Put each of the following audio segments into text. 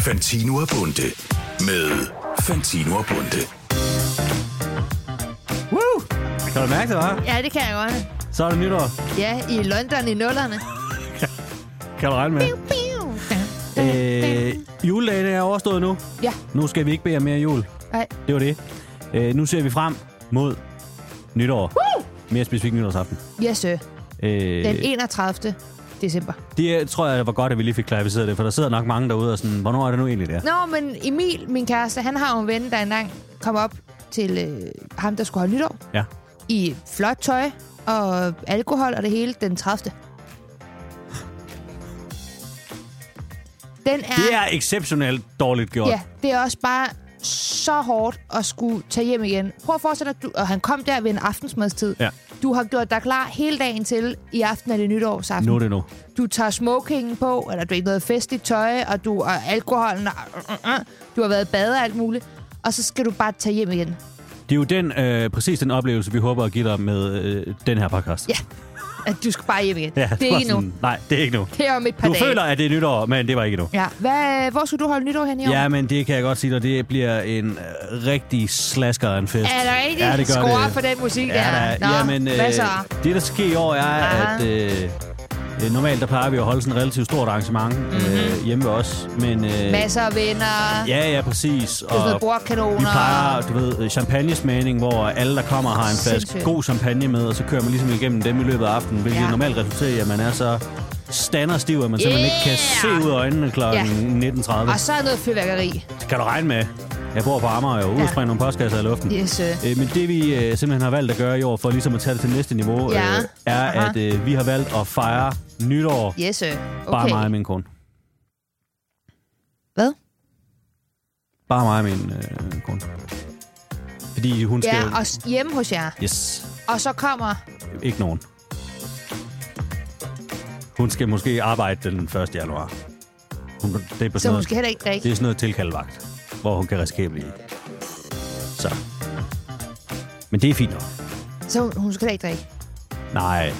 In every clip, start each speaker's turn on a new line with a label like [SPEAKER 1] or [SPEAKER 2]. [SPEAKER 1] Fantino og Bunde. Med Fantino og Bunde.
[SPEAKER 2] Woo! Kan du mærke det, hva'?
[SPEAKER 3] Ja, det kan jeg godt.
[SPEAKER 2] Så er det nytår.
[SPEAKER 3] Ja, i London i nullerne.
[SPEAKER 2] Kan du regne med? Øh, juledagen er overstået nu.
[SPEAKER 3] Ja,
[SPEAKER 2] Nu skal vi ikke bede om mere jul.
[SPEAKER 3] nej.
[SPEAKER 2] Det var det. Øh, nu ser vi frem mod nytår. Mere specifikt nytårsaften.
[SPEAKER 3] Yes, sir.
[SPEAKER 2] Øh,
[SPEAKER 3] Den 31. december.
[SPEAKER 2] det tror jeg var godt, at vi lige fik klarificeret det, for der sidder nok mange derude og sådan, hvornår er det nu egentlig der?
[SPEAKER 3] Nå, men Emil, min kæreste, han har jo en ven, der engang kom op til øh, ham, der skulle holde nytår.
[SPEAKER 2] Ja.
[SPEAKER 3] I flot tøj og alkohol og det hele den 30. Den er,
[SPEAKER 2] Det er exceptionelt dårligt gjort.
[SPEAKER 3] ja, det er også bare så hårdt at skulle tage hjem igen. Prøv at forestille dig, at du, og han kom der ved en aftensmadstid.
[SPEAKER 2] Ja.
[SPEAKER 3] Du har gjort dig klar hele dagen til, i aften er det nytårsaften.
[SPEAKER 2] Nu er det nu.
[SPEAKER 3] du tager smokingen på, eller du er ikke noget festligt tøj, og du og alkoholen, og, øh, øh, øh, du har været i bad og alt muligt, og så skal du bare tage hjem igen.
[SPEAKER 2] Det er jo den, øh, præcis den oplevelse, vi håber at give dig med øh, den her podcast.
[SPEAKER 3] Ja. At du skal bare hjem igen.
[SPEAKER 2] Ja,
[SPEAKER 3] det er
[SPEAKER 2] var
[SPEAKER 3] ikke nu.
[SPEAKER 2] sådan, Nej, det er ikke nu.
[SPEAKER 3] Det er om et par
[SPEAKER 2] Du
[SPEAKER 3] dage.
[SPEAKER 2] føler, at det er nytår, men det var ikke nu.
[SPEAKER 3] Ja. Hvad, hvor skal du holde nytår hen i år?
[SPEAKER 2] Ja, men det kan jeg godt sige dig. Det bliver en øh, rigtig slasker af en fest.
[SPEAKER 3] Er der ikke
[SPEAKER 2] Ja, det gør
[SPEAKER 3] score
[SPEAKER 2] det.
[SPEAKER 3] for den musik der?
[SPEAKER 2] Ja, da.
[SPEAKER 3] Nå,
[SPEAKER 2] Jamen, øh,
[SPEAKER 3] hvad så?
[SPEAKER 2] det, der sker i år, er,
[SPEAKER 3] Aha.
[SPEAKER 2] at øh, øh, normalt der plejer vi at holde sådan et relativt stort arrangement mm-hmm. øh, hjemme ved os. Men, øh,
[SPEAKER 3] Mhm. Masser af venner.
[SPEAKER 2] Ja, ja, præcis.
[SPEAKER 3] sådan noget
[SPEAKER 2] Og
[SPEAKER 3] bordkanoner.
[SPEAKER 2] Vi plejer, du ved, champagnesmagning, hvor alle, der kommer, har en flaske
[SPEAKER 3] Sindssygt.
[SPEAKER 2] god champagne med, og så kører man ligesom igennem dem i løbet af aftenen, hvilket
[SPEAKER 3] Ja.
[SPEAKER 2] ja. normalt resulterer i, at man er så standerstiv, at man simpelthen ikke kan
[SPEAKER 3] Yeah!
[SPEAKER 2] se ud af øjnene kl.
[SPEAKER 3] Ja.
[SPEAKER 2] 19.30.
[SPEAKER 3] Og så er noget fyrværkeri.
[SPEAKER 2] Kan du regne med? Jeg bor på Amager og udspringer nogle postkasser i luften.
[SPEAKER 3] Yes, øh.
[SPEAKER 2] Øh, men det vi øh, simpelthen har valgt at gøre i år, for ligesom at tage det til næste niveau,
[SPEAKER 3] Ja.
[SPEAKER 2] øh, er,
[SPEAKER 3] Aha.
[SPEAKER 2] at øh, vi har valgt at fejre nytår, okay.
[SPEAKER 3] Yes, øh.
[SPEAKER 2] bare
[SPEAKER 3] okay.
[SPEAKER 2] mig og min kone.
[SPEAKER 3] Hvad?
[SPEAKER 2] Bare mig og min øh, kone. Fordi hun skal...
[SPEAKER 3] Ja, og s- hjemme hos jer.
[SPEAKER 2] Yes,
[SPEAKER 3] Og så kommer...
[SPEAKER 2] ikke nogen. Hun skal måske arbejde den 1. januar. Hun, det er på sådan
[SPEAKER 3] Så hun
[SPEAKER 2] noget-
[SPEAKER 3] skal heller ikke drikke.
[SPEAKER 2] Det er sådan noget tilkaldvagt, hvor hun kan risikere at blive. Så. Men det er fint nok.
[SPEAKER 3] Så hun- hun skal heller ikke drikke.
[SPEAKER 2] Nej, jeg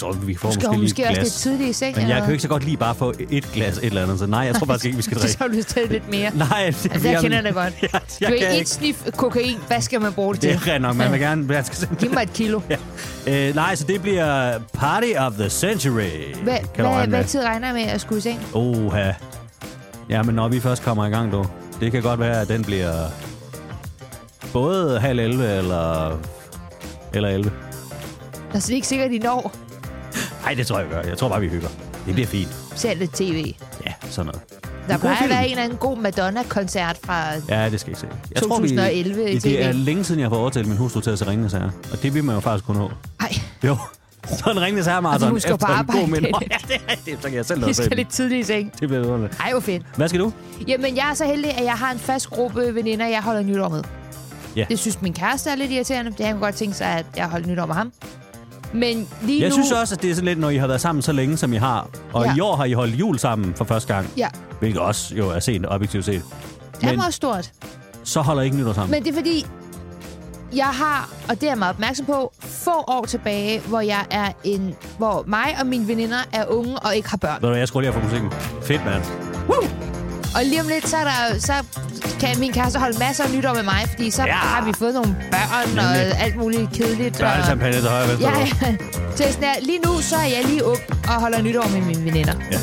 [SPEAKER 2] tror, vi får
[SPEAKER 3] Skal hun
[SPEAKER 2] måske
[SPEAKER 3] måske
[SPEAKER 2] lige et
[SPEAKER 3] også
[SPEAKER 2] glas.
[SPEAKER 3] lidt tidligt i seng?
[SPEAKER 2] Men
[SPEAKER 3] eller
[SPEAKER 2] jeg kan jo
[SPEAKER 3] hvad?
[SPEAKER 2] ikke så godt lige bare få et glas et eller andet, så nej, jeg tror faktisk ikke, vi skal
[SPEAKER 3] Så
[SPEAKER 2] drikke.
[SPEAKER 3] har du lyst til lidt mere.
[SPEAKER 2] Nej, det,
[SPEAKER 3] Altså, jeg kender det godt.
[SPEAKER 2] Jeg, jeg,
[SPEAKER 3] Du
[SPEAKER 2] kan
[SPEAKER 3] er et
[SPEAKER 2] ikke.
[SPEAKER 3] snif kokain. Hvad skal man bruge det
[SPEAKER 2] Det
[SPEAKER 3] til?
[SPEAKER 2] er rent nok, man vil gerne... Man skal simpelthen-
[SPEAKER 3] Giv mig et kilo.
[SPEAKER 2] Ja. Øh, nej, så det bliver Party of the Century.
[SPEAKER 3] Hvad,
[SPEAKER 2] kan
[SPEAKER 3] hvad,
[SPEAKER 2] du regne
[SPEAKER 3] hvad
[SPEAKER 2] med?
[SPEAKER 3] tid regner jeg med at skulle i seng?
[SPEAKER 2] Oha. Ja, men når vi først kommer i gang, du. Det kan godt være, at den bliver både halv 11 eller, eller 11.
[SPEAKER 3] Altså, det er ikke sikkert, at I når.
[SPEAKER 2] Nej, det tror jeg, vi gør. Jeg tror bare, vi hygger. Det bliver fint.
[SPEAKER 3] Selv lidt tv.
[SPEAKER 2] Ja, sådan noget.
[SPEAKER 3] Der
[SPEAKER 2] god
[SPEAKER 3] plejer at
[SPEAKER 2] film.
[SPEAKER 3] være en eller anden god Madonna-koncert fra...
[SPEAKER 2] Ja, det skal jeg ikke se. Jeg tror,
[SPEAKER 3] 2011
[SPEAKER 2] vi,
[SPEAKER 3] i
[SPEAKER 2] det, det er
[SPEAKER 3] TV.
[SPEAKER 2] længe siden, jeg har fået overtalt min hustru til at se Ringnes Herre. Og det vil man jo faktisk kunne nå.
[SPEAKER 3] Ej,
[SPEAKER 2] Jo, så en Ringnes Herre-marathon
[SPEAKER 3] Og du Altså, skal på arbejde.
[SPEAKER 2] mindre. Ja, det er rigtigt. Så kan jeg selv nå
[SPEAKER 3] vi
[SPEAKER 2] at se
[SPEAKER 3] skal
[SPEAKER 2] den.
[SPEAKER 3] lidt tidligt i seng.
[SPEAKER 2] Det bliver underligt.
[SPEAKER 3] Ej, hvor fedt.
[SPEAKER 2] Hvad skal du?
[SPEAKER 3] Jamen, jeg er så heldig, at jeg har en fast gruppe veninder, jeg holder nytår med.
[SPEAKER 2] Ja.
[SPEAKER 3] Det synes min kæreste er lidt irriterende, fordi han kunne godt tænke sig, at jeg holder nytår med ham. Men lige
[SPEAKER 2] Jeg
[SPEAKER 3] nu...
[SPEAKER 2] synes også, at det er sådan lidt, når I har været sammen så længe, som I har. Og
[SPEAKER 3] Ja.
[SPEAKER 2] i år har I holdt jul sammen for første gang.
[SPEAKER 3] Ja,
[SPEAKER 2] Hvilket også jo er sent, objektivt set.
[SPEAKER 3] det
[SPEAKER 2] Men-
[SPEAKER 3] er også stort.
[SPEAKER 2] Så holder I ikke nytår sammen.
[SPEAKER 3] Men det er fordi, jeg har, og det er jeg meget opmærksom på, få år tilbage, hvor jeg er en, hvor mig og mine veninder er unge og ikke har børn.
[SPEAKER 2] Ved du hvad, jeg skruer lige af for musikken. Fedt, mand.
[SPEAKER 3] Og lige om lidt, så, er der, så kan min kæreste holde masser af nytår med mig, fordi så
[SPEAKER 2] Ja.
[SPEAKER 3] ja. har vi fået nogle børn
[SPEAKER 2] Nemlig.
[SPEAKER 3] og alt muligt kedeligt.
[SPEAKER 2] Der er
[SPEAKER 3] og...
[SPEAKER 2] champagne til højre og venstre.
[SPEAKER 3] Ja, ja. Så jeg er sådan her, lige nu, så er jeg lige ung og holder nytår med mine veninder.
[SPEAKER 2] ja.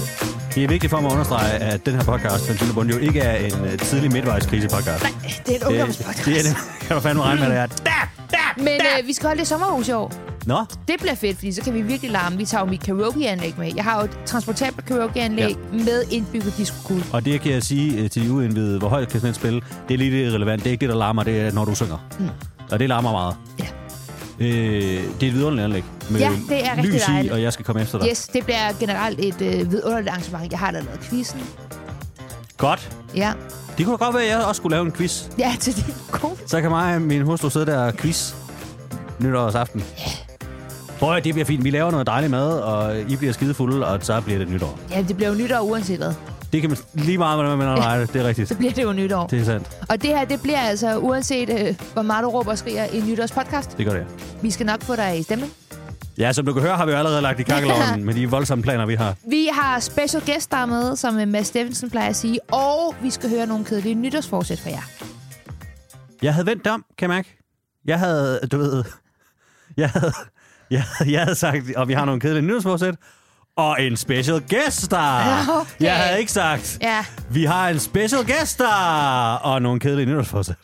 [SPEAKER 2] Det er vigtigt for mig at understrege, at den her podcast, Fantino Bund, jo ikke er en øh, tidlig midtvejskrise-podcast. Nej,
[SPEAKER 3] Det er en ungdomspodcast.
[SPEAKER 2] Det er det. Kan du fandme regne med, det er. Da! Da!
[SPEAKER 3] Men
[SPEAKER 2] da!
[SPEAKER 3] øh, vi skal holde det sommerhus i år.
[SPEAKER 2] Nå,
[SPEAKER 3] Det bliver fedt, fordi så kan vi virkelig larme. Vi tager jo mit karaokeanlæg med. Jeg har jo et transportabelt karaokeanlæg
[SPEAKER 2] Ja.
[SPEAKER 3] ja. med indbygget discokugle.
[SPEAKER 2] og det kan jeg sige øh, til de uindvidede, hvor højt kan sådan et spille. Det er lidt irrelevant. Det er ikke det, der larmer, det er, når du synger.
[SPEAKER 3] Hmm.
[SPEAKER 2] Mm. Og det larmer meget.
[SPEAKER 3] Ja.
[SPEAKER 2] Øh, det er et vidunderligt anlæg. Med
[SPEAKER 3] Ja, det er rigtig
[SPEAKER 2] lys i,
[SPEAKER 3] dejligt.
[SPEAKER 2] og jeg skal komme efter dig.
[SPEAKER 3] Yes, det bliver generelt et øh, vidunderligt arrangement. Jeg har da lavet quizzen.
[SPEAKER 2] Godt.
[SPEAKER 3] Ja.
[SPEAKER 2] Det kunne da godt være, at jeg også skulle lave en quiz.
[SPEAKER 3] ja, til din kone.
[SPEAKER 2] Så kan mig og min hustru sidde der og quiz nytårsaften. Prøv at høre, det bliver fint. Vi laver noget dejligt mad, og I bliver skidefulde, og så bliver det nytår.
[SPEAKER 3] Ja, det bliver jo nytår uanset hvad.
[SPEAKER 2] Det kan man lige meget, hvordan man ja. det. Det er rigtigt.
[SPEAKER 3] Så bliver det jo nytår.
[SPEAKER 2] Det er sandt.
[SPEAKER 3] Og det her, det bliver altså uanset, øh, hvor meget du råber og skriger i en nytårspodcast.
[SPEAKER 2] Det gør det.
[SPEAKER 3] Vi skal nok få dig i stemning.
[SPEAKER 2] Ja, som du kan høre, har vi jo allerede lagt i kakkeloven med de voldsomme planer, vi har.
[SPEAKER 3] Vi har special guest, der er med, som øh, Mads Steffensen plejer at sige. Og vi skal høre nogle kedelige nytårsforsæt fra jer.
[SPEAKER 2] Jeg havde vendt om, kan jeg mærke. Jeg havde, du ved... Jeg havde, jeg, havde- jeg havde sagt, og vi har nogle kedelige nyhedsforsæt. Og en special guest star.
[SPEAKER 3] Okay.
[SPEAKER 2] Jeg havde ikke sagt,
[SPEAKER 3] Ja.
[SPEAKER 2] vi har en special guest star. Og nogle kedelige nyhedsforsæt.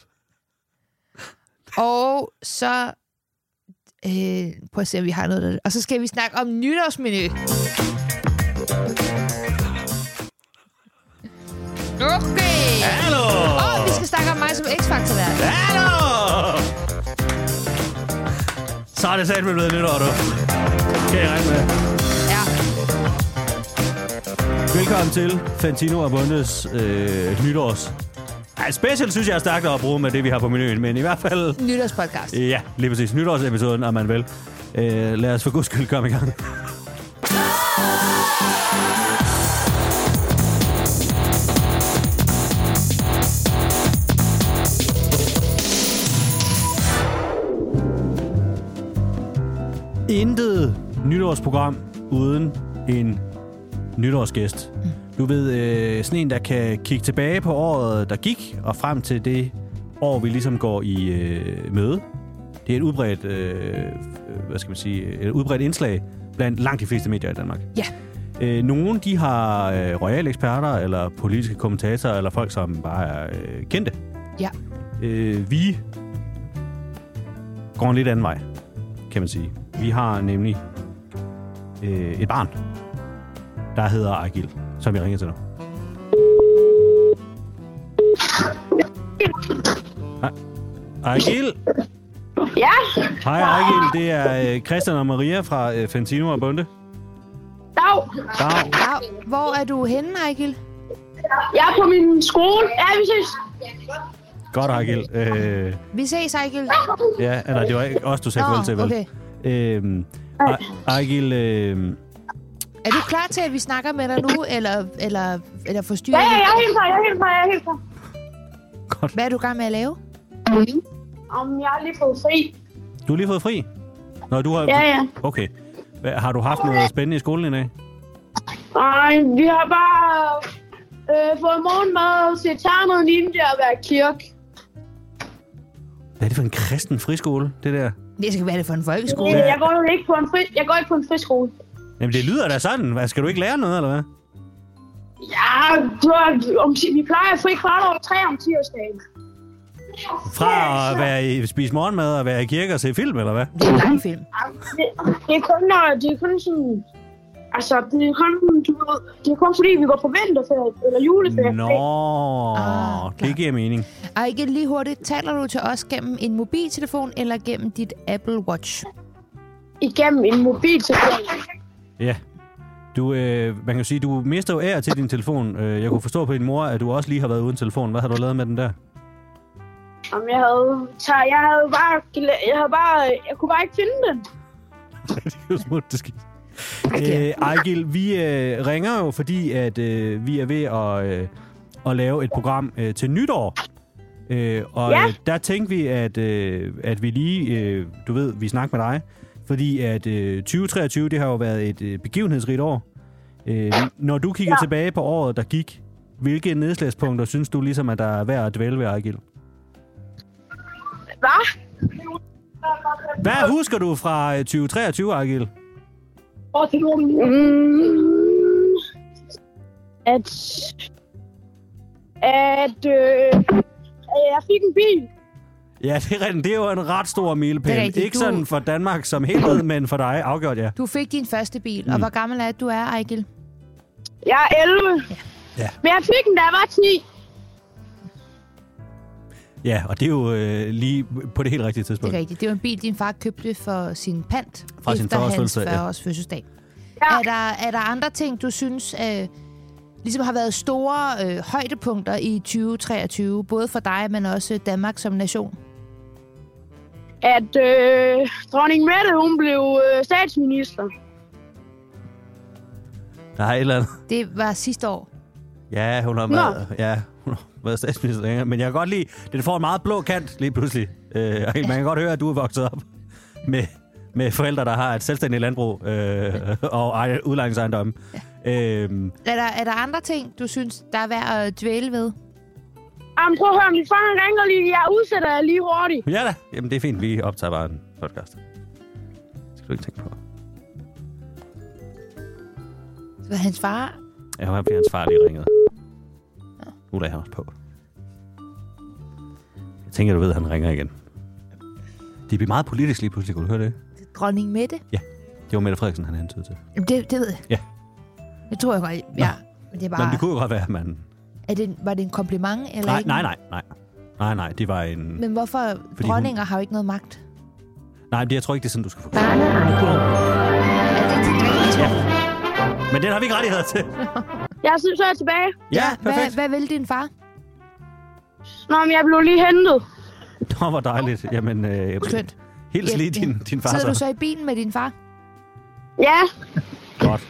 [SPEAKER 3] Og så... Øh, prøv at se, om vi har noget der. Og så skal vi snakke om nytårsmenu. Okay.
[SPEAKER 2] Hallo!
[SPEAKER 3] Og vi skal snakke om mig som X-Factor vært.
[SPEAKER 2] Hallo! Så er det sat med blevet nytår, du. Kan jeg regne med.
[SPEAKER 3] Ja.
[SPEAKER 2] Velkommen til Fantino og Bundes øh, nytårs. Ej, special synes jeg er stærkt at bruge med det, vi har på menuen, men i hvert fald...
[SPEAKER 3] Nytårspodcast.
[SPEAKER 2] Ja, lige præcis. Nytårsepisoden, om man vil. Øh, lad os for guds skyld komme i gang. Intet nytårsprogram uden en nytårsgæst. Du ved, øh, sådan en, der kan kigge tilbage på året, der gik, og frem til det år, vi ligesom går i øh, møde. Det er et udbredt, øh, øh, hvad skal man sige, et udbredt indslag blandt langt de fleste medier i Danmark.
[SPEAKER 3] Ja.
[SPEAKER 2] Øh, nogle, de har øh, royale eksperter, eller politiske kommentatorer, eller folk, som bare er øh, kendte.
[SPEAKER 3] Ja.
[SPEAKER 2] Øh, vi går en lidt anden vej, kan man sige. Vi har nemlig øh, et barn, der hedder Agil, som jeg ringer til nu. A- Agil!
[SPEAKER 4] Ja,
[SPEAKER 2] Hej Agil, det er øh, Christian og Maria fra øh, Fantino og Bunde.
[SPEAKER 4] dag.
[SPEAKER 2] Dag.
[SPEAKER 3] ja. Hvor er du henne, Ejgil?
[SPEAKER 4] Jeg er på min skole. Ja, vi ses.
[SPEAKER 2] Godt Agil. Øh,
[SPEAKER 3] Vi ses, Ejgil.
[SPEAKER 2] ja, eller det var ikke os, du sagde
[SPEAKER 3] Nå,
[SPEAKER 2] farvel til, vel?
[SPEAKER 3] okay.
[SPEAKER 2] Øhm, A- Agil, øh,
[SPEAKER 3] Er du klar til, at vi snakker med dig nu, eller, eller, eller forstyrrer
[SPEAKER 4] Ja, ja,
[SPEAKER 3] vi?
[SPEAKER 4] jeg hilser, jeg hilser, jeg hilser.
[SPEAKER 3] Hvad er du i gang med at lave?
[SPEAKER 4] Om jeg har lige fået fri.
[SPEAKER 2] du har lige fået fri? Nå, du har...
[SPEAKER 4] Ja, ja.
[SPEAKER 2] Okay. Hvad, har du haft noget spændende i skolen i dag?
[SPEAKER 4] Ej, vi har bare øh, fået morgenmad og set ternet inden det at være kirke.
[SPEAKER 2] Hvad er det for en kristen friskole, det der?
[SPEAKER 3] Det skal være det for en folkeskole.
[SPEAKER 4] Øh, Jeg går jo ikke på en fri, jeg går ikke på en friskole.
[SPEAKER 2] Jamen, det lyder da sådan. Hvad, skal du ikke lære noget, eller hvad?
[SPEAKER 4] Ja, du har- om, ti- vi plejer fri kvart over tre om tirsdagen.
[SPEAKER 2] Fra at være i, spise morgenmad og være i kirke og se film, eller hvad?
[SPEAKER 3] Det er en lang film.
[SPEAKER 4] Ej, Det, det, er kun, når, det er kun sådan... Altså, det er kun, du ved, det er kun fordi, vi går på vinterferie eller juleferie.
[SPEAKER 2] Nå,
[SPEAKER 3] Ah, klar.
[SPEAKER 2] det giver mening.
[SPEAKER 3] Og ikke lige hurtigt, taler du til os gennem en mobiltelefon eller gennem dit Apple Watch?
[SPEAKER 4] igennem en mobiltelefon.
[SPEAKER 2] Ja. Du, øh, man kan jo sige, du mister jo ære til din telefon. Øh, Jeg kunne forstå på din mor, at du også lige har været uden telefon. Hvad har du lavet med den der?
[SPEAKER 4] Om jeg havde, så jeg havde bare, gla- jeg havde bare, jeg kunne bare ikke finde den.
[SPEAKER 2] det er jo smukt, det skidt.
[SPEAKER 3] Okay.
[SPEAKER 2] Øh, Ejgil, vi øh, ringer jo, fordi at øh, vi er ved at, øh, at lave et program øh, til nytår. Øh, og
[SPEAKER 4] Ja.
[SPEAKER 2] øh, der tænkte vi, at, øh, at vi lige, øh, du ved, vi snakker med dig, fordi at øh, 2023, det har jo været et øh, begivenhedsrigt år. Øh, når du kigger ja. tilbage på året, der gik, hvilke nedslagspunkter synes du ligesom, at der er værd at dvæle ved, Ejgil?
[SPEAKER 4] Hvad?
[SPEAKER 2] Hvad husker du fra øh, 2023, Ejgil?
[SPEAKER 4] Mm, at, at, øh, at jeg fik en bil.
[SPEAKER 2] Ja, det er, rigtigt. det er jo en ret stor milepæl.
[SPEAKER 3] Det er rigtigt.
[SPEAKER 2] Ikke
[SPEAKER 3] Du-
[SPEAKER 2] sådan for Danmark som helhed, men for dig afgjort, ja.
[SPEAKER 3] Du fik din første bil,
[SPEAKER 2] Mm.
[SPEAKER 3] og hvor gammel er du er, Ejgil?
[SPEAKER 4] Jeg er 11.
[SPEAKER 2] Ja.
[SPEAKER 4] Men jeg fik den, da jeg var 10.
[SPEAKER 2] Ja, og det er jo øh, lige på det helt rigtige
[SPEAKER 3] Det
[SPEAKER 2] tidspunkt.
[SPEAKER 3] er rigtigt. Det var en bil, din far købte for sin pant
[SPEAKER 2] Fra sin
[SPEAKER 3] efter hans
[SPEAKER 2] 40-års fødselsdag, ja.
[SPEAKER 3] 40-års fødselsdag.
[SPEAKER 4] Ja.
[SPEAKER 3] Er, der, er der andre ting, du synes øh, ligesom har været store øh, højdepunkter i 2023, både for dig, men også Danmark som nation?
[SPEAKER 4] At øh, dronning Mette, hun blev øh, statsminister.
[SPEAKER 2] Der er et eller andet.
[SPEAKER 3] Det var sidste år.
[SPEAKER 2] Ja, hun har
[SPEAKER 4] Nå.
[SPEAKER 2] været, ja, hun har været statsminister længere. Men jeg kan godt lide, den får en meget blå kant lige pludselig. Øh, og man kan godt høre, at du er vokset op med, med forældre, der har et selvstændigt landbrug øh, og ejer udlejningsejendomme. Ja. Øhm,
[SPEAKER 3] Er der, er der andre ting, du synes, der er værd at dvæle ved?
[SPEAKER 4] Jamen, prøv at høre, min far han ringer lige. Jeg udsætter jer lige hurtigt.
[SPEAKER 2] ja da, jamen det er fint. Vi optager bare en podcast. Det skal du ikke tænke på.
[SPEAKER 3] Det var hans far.
[SPEAKER 2] Ja, han bliver hans far lige ringet. Nu lader han også på. Jeg tænker, du ved, at han ringer igen. Det bliver meget politisk lige pludselig, kunne du høre det?
[SPEAKER 3] Dronning Mette.
[SPEAKER 2] Ja, det var Mette Frederiksen, han hentede til.
[SPEAKER 3] Jamen, det, det ved jeg.
[SPEAKER 2] Ja.
[SPEAKER 3] Det tror jeg godt, ja. Men det er
[SPEAKER 2] Men
[SPEAKER 3] bare...
[SPEAKER 2] det kunne jo godt være, at man...
[SPEAKER 3] er det, var det en kompliment? Eller
[SPEAKER 2] Nej,
[SPEAKER 3] ikke?
[SPEAKER 2] nej, nej, nej. Nej, nej, det var en...
[SPEAKER 3] Men hvorfor?
[SPEAKER 2] Fordi
[SPEAKER 3] Fordi
[SPEAKER 2] hun-
[SPEAKER 3] dronninger hun... har jo ikke noget magt.
[SPEAKER 2] Nej, det, jeg tror ikke, det er sådan, du skal forklare. det.
[SPEAKER 3] Er det dit rigtige tro?
[SPEAKER 2] Men den har vi ikke rettigheder til.
[SPEAKER 4] Jeg synes, så er jeg tilbage.
[SPEAKER 2] Ja,
[SPEAKER 3] hvad,
[SPEAKER 2] perfekt.
[SPEAKER 3] hvad vil din far?
[SPEAKER 4] Nå, men jeg blev lige hentet.
[SPEAKER 2] Nå, hvor dejligt. Jamen, øh,
[SPEAKER 3] Skønt.
[SPEAKER 2] hils lige din, din far
[SPEAKER 3] Sidder du
[SPEAKER 2] så.
[SPEAKER 3] så i bilen med din far?
[SPEAKER 4] Ja,
[SPEAKER 2] Godt.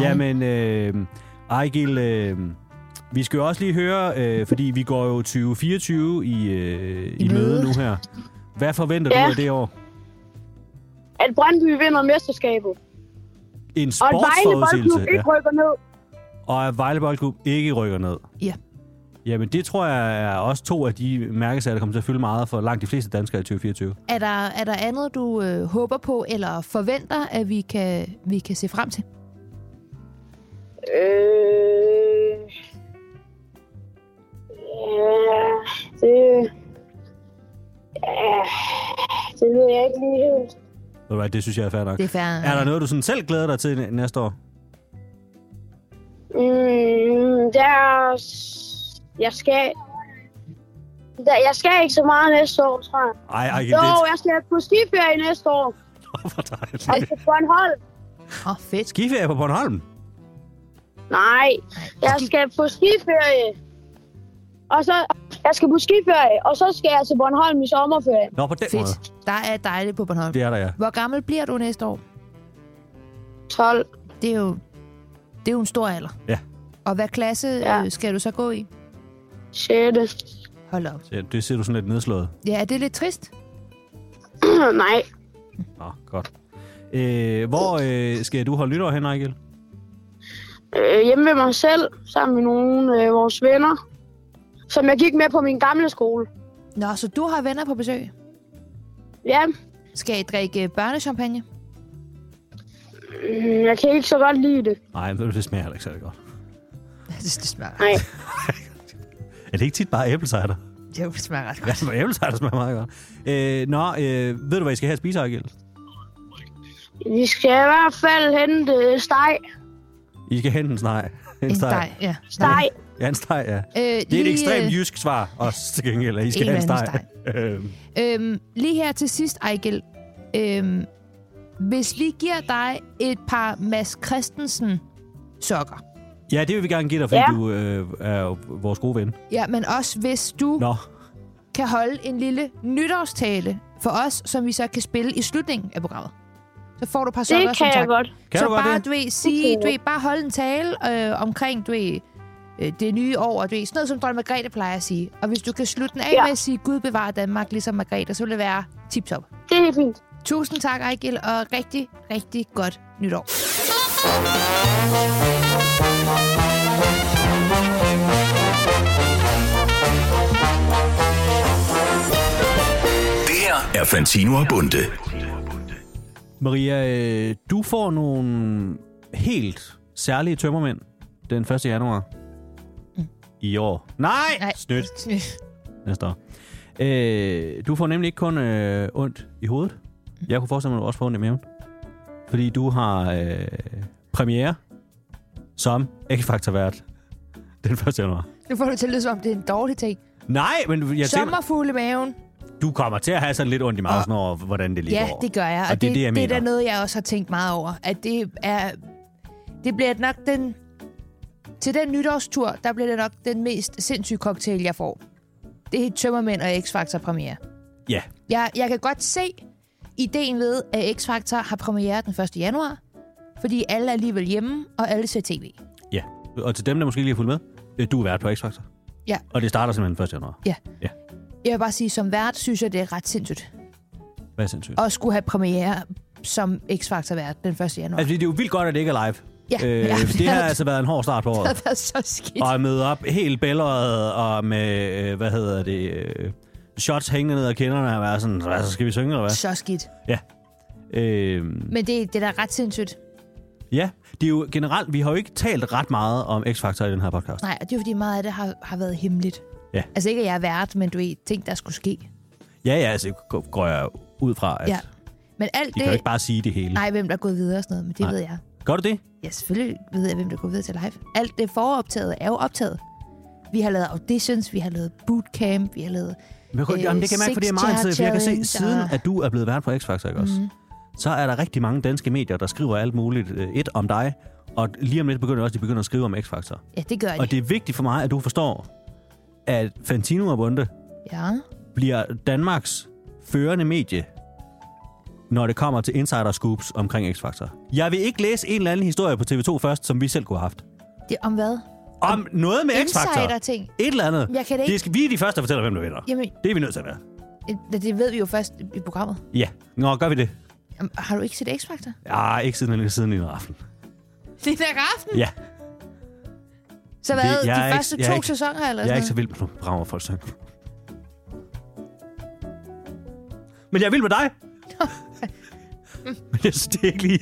[SPEAKER 2] Jamen, øh, Ejgil, øh, vi skal jo også lige høre, øh, fordi vi går jo 2024 i, øh, i
[SPEAKER 3] I
[SPEAKER 2] møde
[SPEAKER 3] møde.
[SPEAKER 2] nu her. Hvad forventer
[SPEAKER 4] Ja.
[SPEAKER 2] du af det år?
[SPEAKER 4] at Brøndby vinder mesterskabet.
[SPEAKER 2] En
[SPEAKER 4] Og at Vejle Boldklub
[SPEAKER 2] sportsforudsigelse. Ja.
[SPEAKER 4] ikke rykker ned.
[SPEAKER 2] Og at Vejle Boldklub ikke rykker ned.
[SPEAKER 3] Ja.
[SPEAKER 2] Jamen, det tror jeg er også to af de mærkesager, der kommer til at fylde meget for langt de fleste danskere i 2024.
[SPEAKER 3] Er der, er der andet, du øh, håber på eller forventer, at vi kan, vi kan se frem til?
[SPEAKER 4] Øh... Ja, det... Ja, det ved jeg ikke lige helt.
[SPEAKER 2] Alright, det synes jeg er fair nok.
[SPEAKER 3] Det er fair.
[SPEAKER 2] Er der noget, du sådan selv glæder dig til næ- næste år?
[SPEAKER 4] Mm, der... Jeg skal... Der, jeg skal ikke så meget næste år, tror jeg.
[SPEAKER 2] Ej, ej, det
[SPEAKER 4] Jo,
[SPEAKER 2] er
[SPEAKER 4] jeg skal på skiferie næste år.
[SPEAKER 2] for
[SPEAKER 4] Og
[SPEAKER 2] dejligt.
[SPEAKER 4] til Bornholm.
[SPEAKER 3] Åh, oh, fedt.
[SPEAKER 2] Skiferie på Bornholm?
[SPEAKER 4] Nej, jeg skal på skiferie. Og så... Jeg skal på skiferie, og så skal jeg til Bornholm i sommerferien.
[SPEAKER 2] Nå, på den
[SPEAKER 3] Fedt.
[SPEAKER 2] måde.
[SPEAKER 3] Der er dejligt på Bornholm.
[SPEAKER 2] Det er der, ja.
[SPEAKER 3] Hvor gammel bliver du næste år?
[SPEAKER 4] 12.
[SPEAKER 3] Det er jo, det er jo en stor alder.
[SPEAKER 2] Ja.
[SPEAKER 3] Og hvad klasse
[SPEAKER 4] Ja.
[SPEAKER 3] ja. skal du så gå i?
[SPEAKER 4] 6.
[SPEAKER 3] Hold op.
[SPEAKER 2] Ja, Det ser du sådan lidt nedslået.
[SPEAKER 3] Ja, er det lidt trist?
[SPEAKER 4] Nej.
[SPEAKER 2] Nå, godt. Øh, hvor øh, skal du holde nytår hen, Ejgil?
[SPEAKER 4] Øh, hjemme ved mig selv, sammen med nogle af øh, vores venner. Som jeg gik med på min gamle skole.
[SPEAKER 3] Nå, så du har venner på besøg.
[SPEAKER 4] Ja,
[SPEAKER 3] Skal I drikke øh, børnechampagne?
[SPEAKER 4] mm, jeg kan ikke så godt lide det.
[SPEAKER 2] Nej, men det smager heller ikke særlig godt.
[SPEAKER 3] Jeg synes, det smager
[SPEAKER 4] Nej.
[SPEAKER 2] Er det ikke tit bare æblecider?
[SPEAKER 3] Jo, det smager ret
[SPEAKER 2] Ja, for æblecider smager meget godt. Øh, nå, øh, ved du, hvad I skal have at spise, Ejgil?
[SPEAKER 4] Vi skal i hvert fald hente øh, steg.
[SPEAKER 2] I skal hente en steg.
[SPEAKER 3] En steg, ja.
[SPEAKER 4] Steg.
[SPEAKER 2] Ja, en steg, ja.
[SPEAKER 3] Øh,
[SPEAKER 2] Det er et
[SPEAKER 3] lige,
[SPEAKER 2] ekstremt
[SPEAKER 3] øh,
[SPEAKER 2] jysk svar også til gengæld, at I
[SPEAKER 3] en
[SPEAKER 2] skal have en
[SPEAKER 3] eller
[SPEAKER 2] steg.
[SPEAKER 3] anden
[SPEAKER 2] Øhm,
[SPEAKER 3] Øhm, lige her til sidst, Ejgil. Øhm, hvis vi giver dig et par Mads Christensen sokker.
[SPEAKER 2] ja, det vil vi gerne give dig, fordi
[SPEAKER 4] Ja.
[SPEAKER 2] du øh, er jo vores gode ven.
[SPEAKER 3] Ja, men også hvis du Nå.
[SPEAKER 2] Nå,
[SPEAKER 3] kan holde en lille nytårstale for os, som vi så kan spille i slutningen af programmet. Så får du et par
[SPEAKER 4] Det
[SPEAKER 3] sokker som
[SPEAKER 4] kan
[SPEAKER 3] tak.
[SPEAKER 4] jeg godt.
[SPEAKER 2] kan
[SPEAKER 3] så
[SPEAKER 2] du godt
[SPEAKER 3] bare,
[SPEAKER 2] det?
[SPEAKER 3] du ved, sige,
[SPEAKER 4] Det
[SPEAKER 3] du
[SPEAKER 4] kan
[SPEAKER 3] ved, bare holde en tale øh, omkring, du ved, øh, det nye år, og du ved, sådan noget, som dronning Margrethe plejer at sige. Og hvis du kan slutte den af ja.
[SPEAKER 4] Ja.
[SPEAKER 3] med at sige, Gud bevarer Danmark, ligesom Margrethe, så vil det være tip-top.
[SPEAKER 4] Det er helt fint.
[SPEAKER 3] Tusind tak, Ejgil, og rigtig, rigtig godt nytår.
[SPEAKER 1] Det her er Fantino og Bunde.
[SPEAKER 2] Maria, øh, du får nogle helt særlige tømmermænd den 1. januar
[SPEAKER 3] Mm.
[SPEAKER 2] i år. Nej, Nej. snydt næste år. Øh, du får nemlig ikke kun øh, ondt i hovedet.
[SPEAKER 3] Mm.
[SPEAKER 2] Jeg kunne forestille mig, at du også får ondt i maven. Fordi du har øh, premiere som X-Factor-vært den 1. januar.
[SPEAKER 3] Nu får du til at lyde, som om det er en dårlig ting.
[SPEAKER 2] Nej, men jeg tænker,
[SPEAKER 3] Sommerfugle i maven.
[SPEAKER 2] du kommer til at have sådan lidt ondt i maven over, hvordan det lige
[SPEAKER 3] Ja,
[SPEAKER 2] går.
[SPEAKER 3] det gør jeg.
[SPEAKER 2] Og, det er det, jeg
[SPEAKER 3] det er
[SPEAKER 2] mener.
[SPEAKER 3] da noget, jeg også har tænkt meget over. At det er... Det bliver nok den... Til den nytårstur, der bliver det nok den mest sindssyge cocktail, jeg får. Det er Tømmermænd og X-Factor premiere.
[SPEAKER 2] Ja,
[SPEAKER 3] Jeg, jeg kan godt se ideen ved, at X-Factor har premiere den 1. januar. Fordi alle er alligevel hjemme, og alle ser tv.
[SPEAKER 2] Ja, og til dem, der måske ikke lige har fulgt med, øh, du er vært på X-Factor.
[SPEAKER 3] Ja.
[SPEAKER 2] Og det starter simpelthen 1. januar.
[SPEAKER 3] Ja.
[SPEAKER 2] Ja.
[SPEAKER 3] Jeg vil bare sige, som vært synes jeg, det er ret sindssygt.
[SPEAKER 2] Hvad er sindssygt?
[SPEAKER 3] at skulle have premiere som X-Factor vært den 1. januar.
[SPEAKER 2] Altså, fordi det er jo vildt godt, at det ikke er live.
[SPEAKER 3] Ja,
[SPEAKER 2] øh,
[SPEAKER 3] ja,
[SPEAKER 2] det
[SPEAKER 3] det
[SPEAKER 2] har
[SPEAKER 3] er-
[SPEAKER 2] altså været en hård start på året.
[SPEAKER 3] Det er så skidt.
[SPEAKER 2] Og er mødt op helt bælgeret og med, øh, hvad hedder det, øh, shots hængende ned ad kinderne og være sådan, hvad, så skal vi synge, eller hvad?
[SPEAKER 3] Så skidt.
[SPEAKER 2] Ja. Øh,
[SPEAKER 3] Men det, det er da ret sindssygt.
[SPEAKER 2] ja, det er jo generelt, vi har jo ikke talt ret meget om X-Factor i den her podcast.
[SPEAKER 3] Nej, og det er jo fordi meget af det har, har været hemmeligt.
[SPEAKER 2] Ja.
[SPEAKER 3] Altså ikke, at jeg er vært, men du ved, ting, der skulle ske.
[SPEAKER 2] Ja, ja, altså går- går jeg ud fra, at
[SPEAKER 3] Ja.
[SPEAKER 2] ja.
[SPEAKER 3] Men alt
[SPEAKER 2] Altså, de kan jo
[SPEAKER 3] det...
[SPEAKER 2] ikke bare sige det hele.
[SPEAKER 3] Nej, hvem der er gået videre og sådan noget, men det
[SPEAKER 2] Nej.
[SPEAKER 3] Nej. ved jeg.
[SPEAKER 2] Gør du det?
[SPEAKER 3] Ja, selvfølgelig ved jeg, hvem der går videre til live. Alt det foroptaget er jo optaget. Vi har lavet auditions, vi har lavet bootcamp, vi har lavet...
[SPEAKER 2] Men, øh,
[SPEAKER 3] Øh,
[SPEAKER 2] jamen, det kan jeg mærke, fordi jeg er meget
[SPEAKER 3] Six
[SPEAKER 2] interesseret, for jeg kan se,
[SPEAKER 3] Challenge Mhm.
[SPEAKER 2] siden
[SPEAKER 3] og-
[SPEAKER 2] at du er blevet vært på X-Factor, ikke også? Mm. Så er der rigtig mange danske medier, der skriver alt muligt. øh, Et om dig, og lige om lidt begynder også, de begynder at skrive om X-Factor.
[SPEAKER 3] Ja, det gør de.
[SPEAKER 2] Og det er vigtigt for mig, at du forstår, at Fantino og Bunde
[SPEAKER 3] Ja.
[SPEAKER 2] bliver Danmarks førende medie, når det kommer til insider scoops omkring X-Factor. Jeg vil ikke læse en eller anden historie på TV2 først, som vi selv kunne have haft.
[SPEAKER 3] Det, om hvad?
[SPEAKER 2] Om noget med X-Factor.
[SPEAKER 3] Insider-ting.
[SPEAKER 2] Et eller andet.
[SPEAKER 3] Jeg kan det
[SPEAKER 2] Det skal, vi er de første, der fortæller, hvem der vinder.
[SPEAKER 3] Jamen- øh,
[SPEAKER 2] Det er vi nødt til at være.
[SPEAKER 3] Det, det ved vi jo først i programmet.
[SPEAKER 2] Ja. Nå, gør vi det.
[SPEAKER 3] Jamen, har du ikke set X-Factor?
[SPEAKER 2] Ja, Ah, ikke siden, siden i aften.
[SPEAKER 3] Det er aften.
[SPEAKER 2] Ja,
[SPEAKER 3] Så hvad,
[SPEAKER 2] jeg er
[SPEAKER 3] de
[SPEAKER 2] ikke-
[SPEAKER 3] første
[SPEAKER 2] jeg er
[SPEAKER 3] to
[SPEAKER 2] ikke-
[SPEAKER 3] sæsoner eller
[SPEAKER 2] jeg er
[SPEAKER 3] sådan
[SPEAKER 2] ikke så
[SPEAKER 3] noget?
[SPEAKER 2] vild med programmer, folk synger. Men jeg er vild med dig. Men jeg synes, det er ikke lige...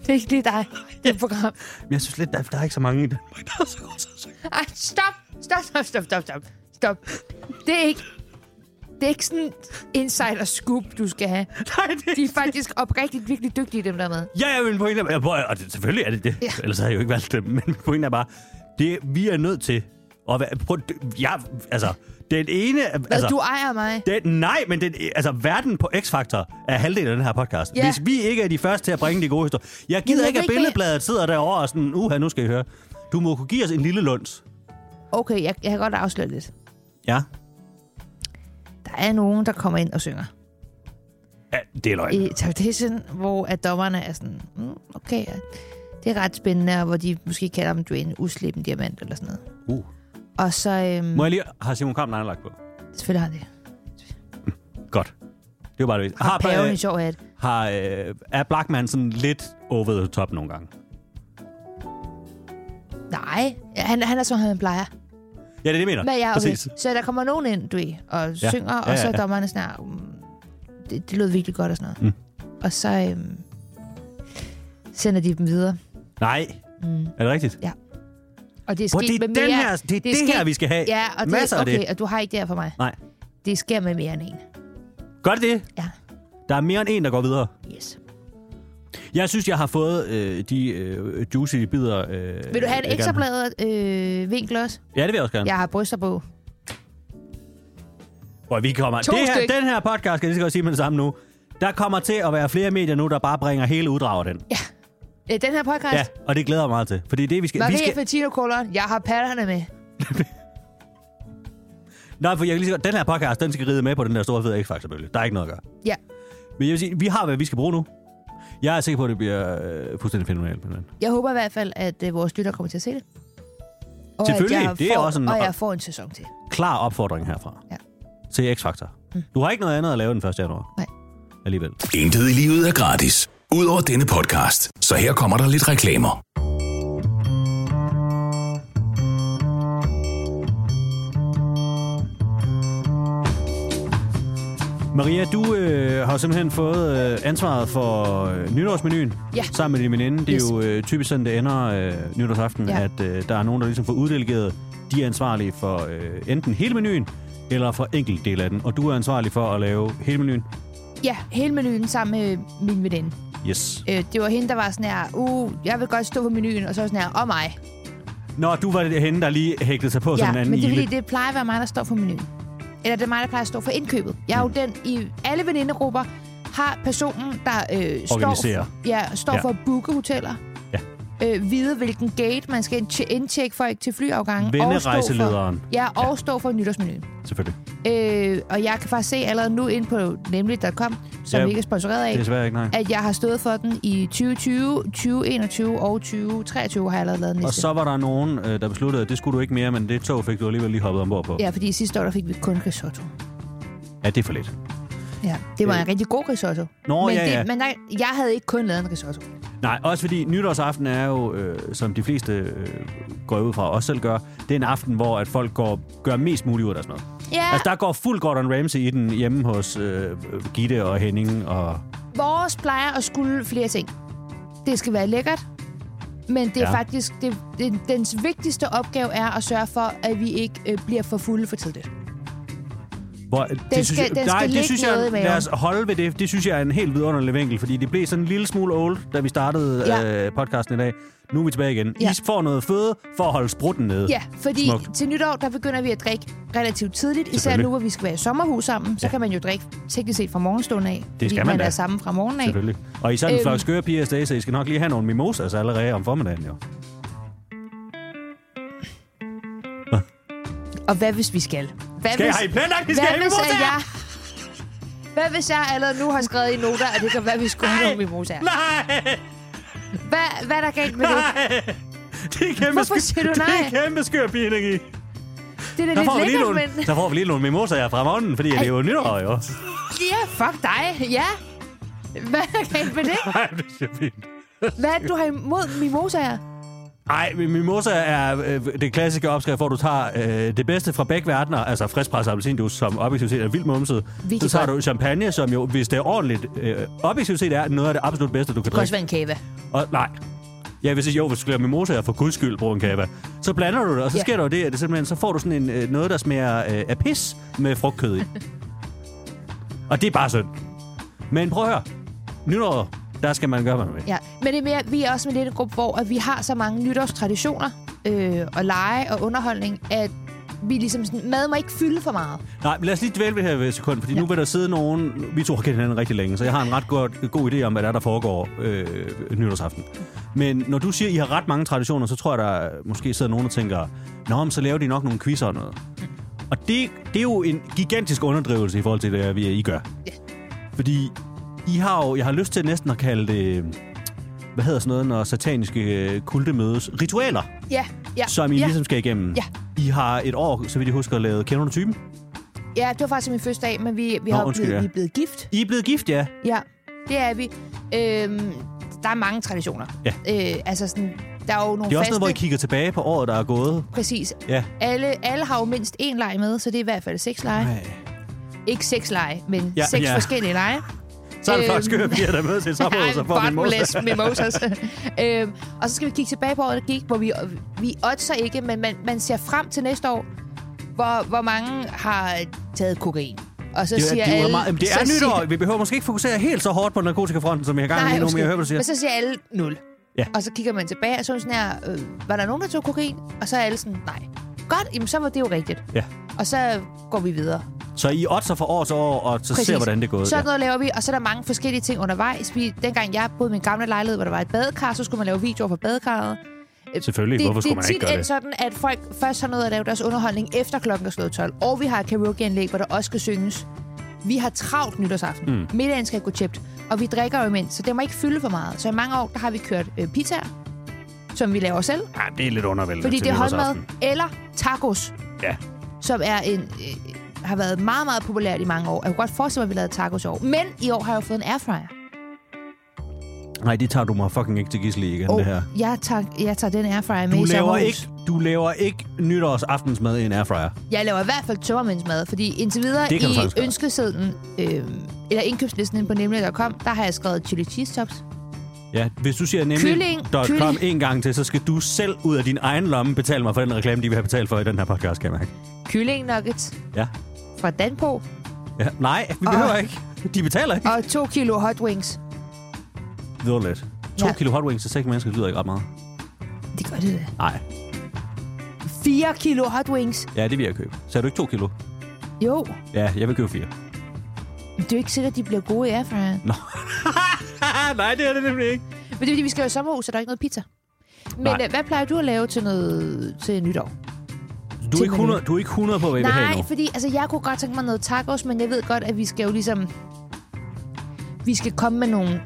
[SPEAKER 3] Det er ikke lige dig, det program.
[SPEAKER 2] Men jeg synes lidt, der, der er ikke så mange i Danmark, der er så godt til at synge.
[SPEAKER 3] Ej, stop. Stop, stop, stop, stop, stop. Stop. Det er ikke... Det er ikke sådan en insider scoop, du skal have.
[SPEAKER 2] Nej, det
[SPEAKER 3] De er faktisk oprigtigt virkelig dygtige, dem der er med.
[SPEAKER 2] Ja, ja, min pointe er... Ja, prøv- og det, selvfølgelig er det det. Ja.
[SPEAKER 3] Ja.
[SPEAKER 2] Ellers havde jeg jo ikke valgt det. Men min pointe er bare, det, vi er nødt til at være... Prøv, det- jeg, altså, den ene...
[SPEAKER 3] Hvad,
[SPEAKER 2] Altså,
[SPEAKER 3] du ejer mig.
[SPEAKER 2] den, nej, men den, altså, verden på X-Factor er halvdelen af den her podcast.
[SPEAKER 3] Ja.
[SPEAKER 2] Hvis vi ikke er de første til at bringe de gode historier... Jeg gider
[SPEAKER 3] jeg ved
[SPEAKER 2] ikke, at
[SPEAKER 3] ikke, hvad-
[SPEAKER 2] Billedbladet sidder derovre og sådan... Uha, nu skal I høre. Du må kunne give os en lille lunds.
[SPEAKER 3] Okay, jeg, jeg kan godt afsløre lidt.
[SPEAKER 2] Ja.
[SPEAKER 3] Der er nogen, der kommer ind og synger.
[SPEAKER 2] ja det er løgn.
[SPEAKER 3] i Temptation, hvor at dommerne er sådan, mm, okay, ja. det er ret spændende, og hvor de måske kalder dem, du er en uslippen diamant eller sådan noget.
[SPEAKER 2] Uh.
[SPEAKER 3] Og så, øhm,
[SPEAKER 2] Må jeg lige... Har Simon Kamp lagt på?
[SPEAKER 3] selvfølgelig har han det.
[SPEAKER 2] Godt. Det var bare det. vigtigste.
[SPEAKER 3] Har paven
[SPEAKER 2] øh,
[SPEAKER 3] en sjov hat.
[SPEAKER 2] har, øh, er Blackman sådan lidt over the top nogle gange.
[SPEAKER 3] Nej, ja, han, han er som han plejer.
[SPEAKER 2] Ja, det er det, jeg mener.
[SPEAKER 3] Men ja, okay.
[SPEAKER 2] Præcis.
[SPEAKER 3] Så der kommer nogen ind, du ved, og
[SPEAKER 2] Ja.
[SPEAKER 3] ja. synger,
[SPEAKER 2] Ja,
[SPEAKER 3] og
[SPEAKER 2] ja,
[SPEAKER 3] så er
[SPEAKER 2] ja.
[SPEAKER 3] dommerne sådan, mm, det, det lød virkelig godt og sådan noget. Mm. Og så øhm, sender de dem videre.
[SPEAKER 2] Nej. Mm. Er det rigtigt?
[SPEAKER 3] Ja. Og det er
[SPEAKER 2] Hvor
[SPEAKER 3] sket
[SPEAKER 2] det er,
[SPEAKER 3] med
[SPEAKER 2] den
[SPEAKER 3] mere...
[SPEAKER 2] her, det, er det,
[SPEAKER 3] sket-
[SPEAKER 2] her, vi skal have.
[SPEAKER 3] Ja, og det,
[SPEAKER 2] Masser
[SPEAKER 3] okay,
[SPEAKER 2] af det.
[SPEAKER 3] og du har ikke det her for mig.
[SPEAKER 2] Nej.
[SPEAKER 3] Det sker med mere end en.
[SPEAKER 2] Gør det det?
[SPEAKER 3] Ja.
[SPEAKER 2] Der er mere end en, der går videre.
[SPEAKER 3] Yes.
[SPEAKER 2] Jeg synes, jeg har fået øh, de øh, juicy bidder. Øh,
[SPEAKER 3] Vil du have en
[SPEAKER 2] jeg
[SPEAKER 3] ekstra
[SPEAKER 2] gerne-
[SPEAKER 3] bladet øh, vinkel også?
[SPEAKER 2] Ja, det vil jeg også gerne.
[SPEAKER 3] Jeg har bryster på.
[SPEAKER 2] Hvor vi kommer.
[SPEAKER 3] To
[SPEAKER 2] Det her,
[SPEAKER 3] styk.
[SPEAKER 2] den her podcast, kan jeg lige så godt sige med det samme nu, der kommer til at være flere medier nu, der bare bringer hele uddraget den. Ja,
[SPEAKER 3] Øh, den her podcast. Ja.
[SPEAKER 2] og det glæder jeg mig meget til. Fordi det, vi skal...
[SPEAKER 3] Hvad
[SPEAKER 2] vi
[SPEAKER 3] ved
[SPEAKER 2] skal...
[SPEAKER 3] jeg for Tino Kolon? Jeg har patterne med.
[SPEAKER 2] Nej, for jeg kan lige så godt, den her podcast, den skal ride med på den der store fede X-Factor-bølge. Der er ikke noget at gøre.
[SPEAKER 3] Ja.
[SPEAKER 2] Men jeg vil sige, vi har, hvad vi skal bruge nu. Jeg er sikker på, at det bliver øh, fuldstændig fænomenalt. men-
[SPEAKER 3] Jeg håber i hvert fald, at øh, vores lytter kommer til at se det. Og
[SPEAKER 2] Selvfølgelig,
[SPEAKER 3] At jeg
[SPEAKER 2] det er
[SPEAKER 3] får,
[SPEAKER 2] også en-
[SPEAKER 3] Og jeg får en sæson til.
[SPEAKER 2] Klar opfordring herfra.
[SPEAKER 3] Ja.
[SPEAKER 2] Til X-Factor. Mm. Du har ikke noget andet at lave den 1. januar.
[SPEAKER 3] Nej.
[SPEAKER 2] Alligevel.
[SPEAKER 1] Intet i livet er gratis. Udover denne podcast. Så her kommer der lidt reklamer.
[SPEAKER 2] Maria, du øh, har simpelthen fået øh, ansvaret for øh, nytårsmenuen
[SPEAKER 3] Ja.
[SPEAKER 2] sammen med din veninde. Det er
[SPEAKER 3] Yes.
[SPEAKER 2] jo øh, typisk sådan, det ender øh, nytårsaften, ja.
[SPEAKER 3] Ja.
[SPEAKER 2] at øh, der er nogen, der ligesom får uddelegeret. De er ansvarlige for øh, enten hele menuen, eller for enkelt del af den. Og du er ansvarlig for at lave hele menuen.
[SPEAKER 3] Ja, hele menuen sammen med min veninde.
[SPEAKER 2] Yes.
[SPEAKER 3] Øh, det var hende, der var sådan her, uh, jeg vil godt stå på menuen, og så sådan her, og mig.
[SPEAKER 2] Nå, du var det hende, der lige hægtede sig på som en
[SPEAKER 3] Ja,
[SPEAKER 2] anden
[SPEAKER 3] men det er
[SPEAKER 2] ile.
[SPEAKER 3] fordi, det plejer at være mig, der står for menuen. Eller det er mig, der plejer at stå for indkøbet. Jeg
[SPEAKER 2] Mm.
[SPEAKER 3] er jo den i alle venindegrupper, har personen, der øh,
[SPEAKER 2] Organiserer.
[SPEAKER 3] står, ja, står
[SPEAKER 2] Ja.
[SPEAKER 3] ja. for at booke hoteller.
[SPEAKER 2] Ja.
[SPEAKER 3] Øh, vide, hvilken gate man skal ind- indtjekke folk til flyafgangen. og stå
[SPEAKER 2] Vennerejselederen.
[SPEAKER 3] For, ja, og ja. stå for nytårsmenuen.
[SPEAKER 2] Selvfølgelig.
[SPEAKER 3] Øh, og jeg kan faktisk se allerede nu ind på nemlig.com, som
[SPEAKER 2] Ja,
[SPEAKER 3] ja, vi ikke er sponsoreret af,
[SPEAKER 2] Det er svært ikke, nej.
[SPEAKER 3] at jeg har stået for den i 2020, 2021 og 2023 har jeg allerede lavet en
[SPEAKER 2] Og
[SPEAKER 3] liste.
[SPEAKER 2] så var der nogen, øh, der besluttede, at det skulle du ikke mere, men det tog fik du alligevel lige hoppet ombord på.
[SPEAKER 3] Ja, fordi sidste år der fik vi kun risotto.
[SPEAKER 2] ja det er for lidt.
[SPEAKER 3] Ja, det var en rigtig god risotto.
[SPEAKER 2] Øh. Nå,
[SPEAKER 3] men
[SPEAKER 2] ja, ja.
[SPEAKER 3] Det, men nej, jeg havde ikke kun lavet en risotto.
[SPEAKER 2] Nej, også fordi nytårsaften er jo, øh, som de fleste øh, går ud fra, også selv gør, det er en aften, hvor at folk går, gør mest muligt ud af sådan noget.
[SPEAKER 3] Ja,
[SPEAKER 2] Altså, der går fuld Gordon Ramsay i den hjemme hos øh, Gitte og Henning. Og...
[SPEAKER 3] vores plejer at skulle flere ting. Det skal være lækkert, men det er
[SPEAKER 2] Ja.
[SPEAKER 3] ja. faktisk... Det, det, dens vigtigste opgave er at sørge for, at vi ikke øh, bliver for fulde for tidligt.
[SPEAKER 2] Hvor, den det synes,
[SPEAKER 3] skal-
[SPEAKER 2] jeg-
[SPEAKER 3] den
[SPEAKER 2] nej,
[SPEAKER 3] skal
[SPEAKER 2] det
[SPEAKER 3] ligge
[SPEAKER 2] synes jeg,
[SPEAKER 3] nede i maven.
[SPEAKER 2] lad os holde ved det. Det synes jeg er en helt vidunderlig vinkel, fordi det blev sådan en lille smule old, da vi startede
[SPEAKER 3] Ja.
[SPEAKER 2] øh, podcasten i dag. Nu er vi tilbage igen.
[SPEAKER 3] Ja.
[SPEAKER 2] I får noget føde for at holde sprutten nede.
[SPEAKER 3] Ja, fordi
[SPEAKER 2] Smukt.
[SPEAKER 3] Smuk. til nytår, der begynder vi at drikke relativt tidligt. Især
[SPEAKER 2] Selvfølgelig.
[SPEAKER 3] nu, hvor vi skal være i sommerhus sammen, så
[SPEAKER 2] Ja.
[SPEAKER 3] ja. kan man jo drikke teknisk set fra morgenstunden af.
[SPEAKER 2] Det skal
[SPEAKER 3] fordi
[SPEAKER 2] man
[SPEAKER 3] man
[SPEAKER 2] da.
[SPEAKER 3] er sammen fra morgenen af.
[SPEAKER 2] Selvfølgelig. Og I er sådan en
[SPEAKER 3] Øhm.
[SPEAKER 2] flok skøre piger afsted, så I skal nok lige have nogle mimosas allerede om formiddagen, jo.
[SPEAKER 3] Og hvad hvis vi skal? Hvad
[SPEAKER 2] Skal jeg have i planlagt, vi skal
[SPEAKER 3] hvad
[SPEAKER 2] have
[SPEAKER 3] hvis at
[SPEAKER 2] mimosaer?
[SPEAKER 3] jeg... Hvad hvis jeg allerede nu har skrevet i noter, at det kan være, at vi skulle have nogle mimosaer?
[SPEAKER 2] Nej!
[SPEAKER 3] Hvad, hvad er der galt med det?
[SPEAKER 2] Nej! Det er kæmpe,
[SPEAKER 3] Hvorfor siger du
[SPEAKER 2] Det er
[SPEAKER 3] nej?
[SPEAKER 2] kæmpe skør pigenergi.
[SPEAKER 3] Det er da
[SPEAKER 2] Der får, vi
[SPEAKER 3] lidt
[SPEAKER 2] lige
[SPEAKER 3] lækkert,
[SPEAKER 2] nogle,
[SPEAKER 3] men...
[SPEAKER 2] der får vi lige nogle mimosaer fra morgenen, fordi det er jo nytår, jo.
[SPEAKER 3] Ja, fuck dig. Ja. Hvad er der galt med det?
[SPEAKER 2] Nej, det er så fint.
[SPEAKER 3] Hvad er det, du har imod mimosaer?
[SPEAKER 2] Ej, men mimosa er øh, det klassiske opskrift, hvor du tager øh, det bedste fra begge verdener, altså friskpresset appelsinjuice, som objektivt set er vildt mumset.
[SPEAKER 3] Virkelig
[SPEAKER 2] Så tager
[SPEAKER 3] godt.
[SPEAKER 2] du champagne, som jo, hvis det er ordentligt, øh, objektivt set er noget af det absolut bedste, du kan
[SPEAKER 3] Det kan også
[SPEAKER 2] drikke.
[SPEAKER 3] være en kava.
[SPEAKER 2] Og, nej. Ja, hvis jo, hvis du skal lave mimosaer, for guds skyld, brug en kava. Så blander du det, og så
[SPEAKER 3] Ja.
[SPEAKER 2] sker der jo det, at det simpelthen, så får du sådan en, øh, noget, der smager øh, af pis med frugtkød i. og det er bare synd. Men prøv at høre. Nytår, der skal man gøre, hvad man vil.
[SPEAKER 3] Ja. Men det er mere, vi er også en lille gruppe, hvor at vi har så mange nytårstraditioner øh, og lege og underholdning, at vi ligesom sådan, mad må ikke fylde for meget.
[SPEAKER 2] Nej, men lad os lige dvæle ved det her ved et sekund, fordi ja. nu vil der sidde nogen... Vi to har kendt hinanden rigtig længe, så jeg har en ret godt, god idé om, hvad der, er, der foregår øh, nytårsaften. Men når du siger, at I har ret mange traditioner, så tror jeg, der måske sidder nogen og tænker, Nå, men så laver de nok nogle quizzer og noget. Og det, det er jo en gigantisk underdrivelse i forhold til det, vi- I gør.
[SPEAKER 3] Ja.
[SPEAKER 2] Fordi I har jo... Jeg har lyst til næsten at kalde det... Hvad hedder sådan noget, når sataniske øh, kulte mødes? Ritualer,
[SPEAKER 3] Ja, ja.
[SPEAKER 2] som I
[SPEAKER 3] ja.
[SPEAKER 2] ligesom skal igennem.
[SPEAKER 3] Ja.
[SPEAKER 2] I har et år, så vidt jeg husker, lavet Kender du typen?
[SPEAKER 3] ja, det var faktisk min første dag, men vi, vi,
[SPEAKER 2] Nå,
[SPEAKER 3] har jo
[SPEAKER 2] undskyld,
[SPEAKER 3] blevet,
[SPEAKER 2] ja.
[SPEAKER 3] vi er blevet gift.
[SPEAKER 2] I er blevet gift, ja.
[SPEAKER 3] Ja, det er vi. Øhm, der er mange traditioner.
[SPEAKER 2] Ja.
[SPEAKER 3] Øh, altså sådan, der er jo nogle
[SPEAKER 2] Det er også
[SPEAKER 3] faste...
[SPEAKER 2] noget, hvor I kigger tilbage på året, der er gået.
[SPEAKER 3] Præcis.
[SPEAKER 2] Ja.
[SPEAKER 3] Alle, alle har jo mindst én leg med, så det er i hvert fald seks lege.
[SPEAKER 2] Ej.
[SPEAKER 3] Ikke seks lege, men
[SPEAKER 2] Ja,
[SPEAKER 3] ja, seks
[SPEAKER 2] ja.
[SPEAKER 3] ja. forskellige lege.
[SPEAKER 2] Så er det
[SPEAKER 3] Øhm.
[SPEAKER 2] flot skøre piger, der mødes i sommerhus og får
[SPEAKER 3] fuck
[SPEAKER 2] mimosa.
[SPEAKER 3] med Moses. øhm, og så skal vi kigge tilbage på året, der gik, hvor vi, vi oddser ikke, men man, man ser frem til næste år, hvor, hvor mange har taget kokain. Og så
[SPEAKER 2] Det,
[SPEAKER 3] siger
[SPEAKER 2] er- det, er jo
[SPEAKER 3] alle...
[SPEAKER 2] meget, Jamen, det
[SPEAKER 3] så
[SPEAKER 2] er
[SPEAKER 3] siger-
[SPEAKER 2] nytår. Vi behøver måske ikke fokusere helt så hårdt på narkotikafronten, som jeg har gang i
[SPEAKER 3] Nej,
[SPEAKER 2] lige nu, men
[SPEAKER 3] undskyld.
[SPEAKER 2] jeg hører, hvad du siger.
[SPEAKER 3] Men så siger alle nul.
[SPEAKER 2] Ja.
[SPEAKER 3] Og så kigger man tilbage, og så er man sådan her, øh, var der nogen, der tog kokain? Og så er alle sådan, nej. Godt, jamen så var det jo rigtigt.
[SPEAKER 2] Ja.
[SPEAKER 3] Og så går vi videre.
[SPEAKER 2] Så I otter fra år til år, og så ser, hvordan det er gået.
[SPEAKER 3] Sådan
[SPEAKER 2] Ja.
[SPEAKER 3] noget laver vi, og så er der mange forskellige ting undervejs. Vi, dengang jeg boede i min gamle lejlighed, hvor der var et badekar, så skulle man lave videoer for badekarret. Øh,
[SPEAKER 2] Selvfølgelig. Hvorfor skulle
[SPEAKER 3] det,
[SPEAKER 2] man
[SPEAKER 3] det
[SPEAKER 2] ikke gøre
[SPEAKER 3] Det er tit
[SPEAKER 2] det?
[SPEAKER 3] sådan, at folk først har noget at lave deres underholdning efter klokken er slået 12. Og vi har et karaokeanlæg, hvor der også skal synges. Vi har travlt nytårsaften. Mm. Middagen skal gå tjept. Og vi drikker jo imens, så det må ikke fylde for meget. Så i mange år der har vi kørt øh, pizzaer, som vi laver selv.
[SPEAKER 2] Ja, det er lidt undervældende
[SPEAKER 3] Fordi
[SPEAKER 2] til
[SPEAKER 3] det er håndmad.
[SPEAKER 2] nytårsaften.
[SPEAKER 3] Eller tacos,
[SPEAKER 2] Ja.
[SPEAKER 3] som er en, øh, har været meget, meget populært i mange år. Jeg kunne godt forestille mig, at vi lavede tacos i år. Men i år har jeg jo fået en airfryer.
[SPEAKER 2] Nej, det tager du mig fucking ikke til gissel i igen, det her.
[SPEAKER 3] jeg, tager, jeg tager den airfryer med
[SPEAKER 2] Du
[SPEAKER 3] i
[SPEAKER 2] laver,
[SPEAKER 3] sommerhus.
[SPEAKER 2] ikke, du laver ikke nytårsaftensmad i en airfryer.
[SPEAKER 3] Jeg laver i hvert fald tømmermændsmad, fordi indtil videre
[SPEAKER 2] Det kan du
[SPEAKER 3] i
[SPEAKER 2] sagtens gøre.
[SPEAKER 3] ønskesedlen, øh, eller indkøbslisten inde på nemlig.com, der har jeg skrevet chili cheese tops.
[SPEAKER 2] Ja, hvis du siger nemlig
[SPEAKER 3] Kylling,
[SPEAKER 2] .com
[SPEAKER 3] kylling.
[SPEAKER 2] en gang til, så skal du selv ud af din egen lomme betale mig for den reklame, de vil have betalt for i den her podcast, kan jeg mærke.
[SPEAKER 3] Kylling nuggets
[SPEAKER 2] Ja.
[SPEAKER 3] fra Danpo
[SPEAKER 2] Ja, nej, vi
[SPEAKER 3] Og-
[SPEAKER 2] behøver ikke. De betaler ikke.
[SPEAKER 3] og to kilo hot wings.
[SPEAKER 2] Vidunderligt. To Ah. ja.
[SPEAKER 3] Ja.
[SPEAKER 2] kilo hot wings til seks mennesker lyder ikke ret meget.
[SPEAKER 3] Det gør det da.
[SPEAKER 2] Nej,
[SPEAKER 3] Fire kilo hot wings.
[SPEAKER 2] ja, det vil jeg købe. Så er du ikke to kilo?
[SPEAKER 3] Jo,
[SPEAKER 2] Ja, jeg vil købe fire.
[SPEAKER 3] men det er jo ikke sikkert, at de bliver gode i airfryer.
[SPEAKER 2] Nå. nej, det er det nemlig ikke.
[SPEAKER 3] Men det er fordi, vi skal jo i sommerhus, så der er ikke noget pizza. Men
[SPEAKER 2] Nej.
[SPEAKER 3] øh, hvad plejer du at lave til, noget, til nytår?
[SPEAKER 2] Du er
[SPEAKER 3] Til
[SPEAKER 2] ikke 100, du er ikke 100 på, hvad I vil have
[SPEAKER 3] Nej,
[SPEAKER 2] nu.
[SPEAKER 3] fordi altså, jeg kunne godt tænke mig noget tacos, men jeg ved godt, at vi skal jo ligesom... Vi skal komme med nogle...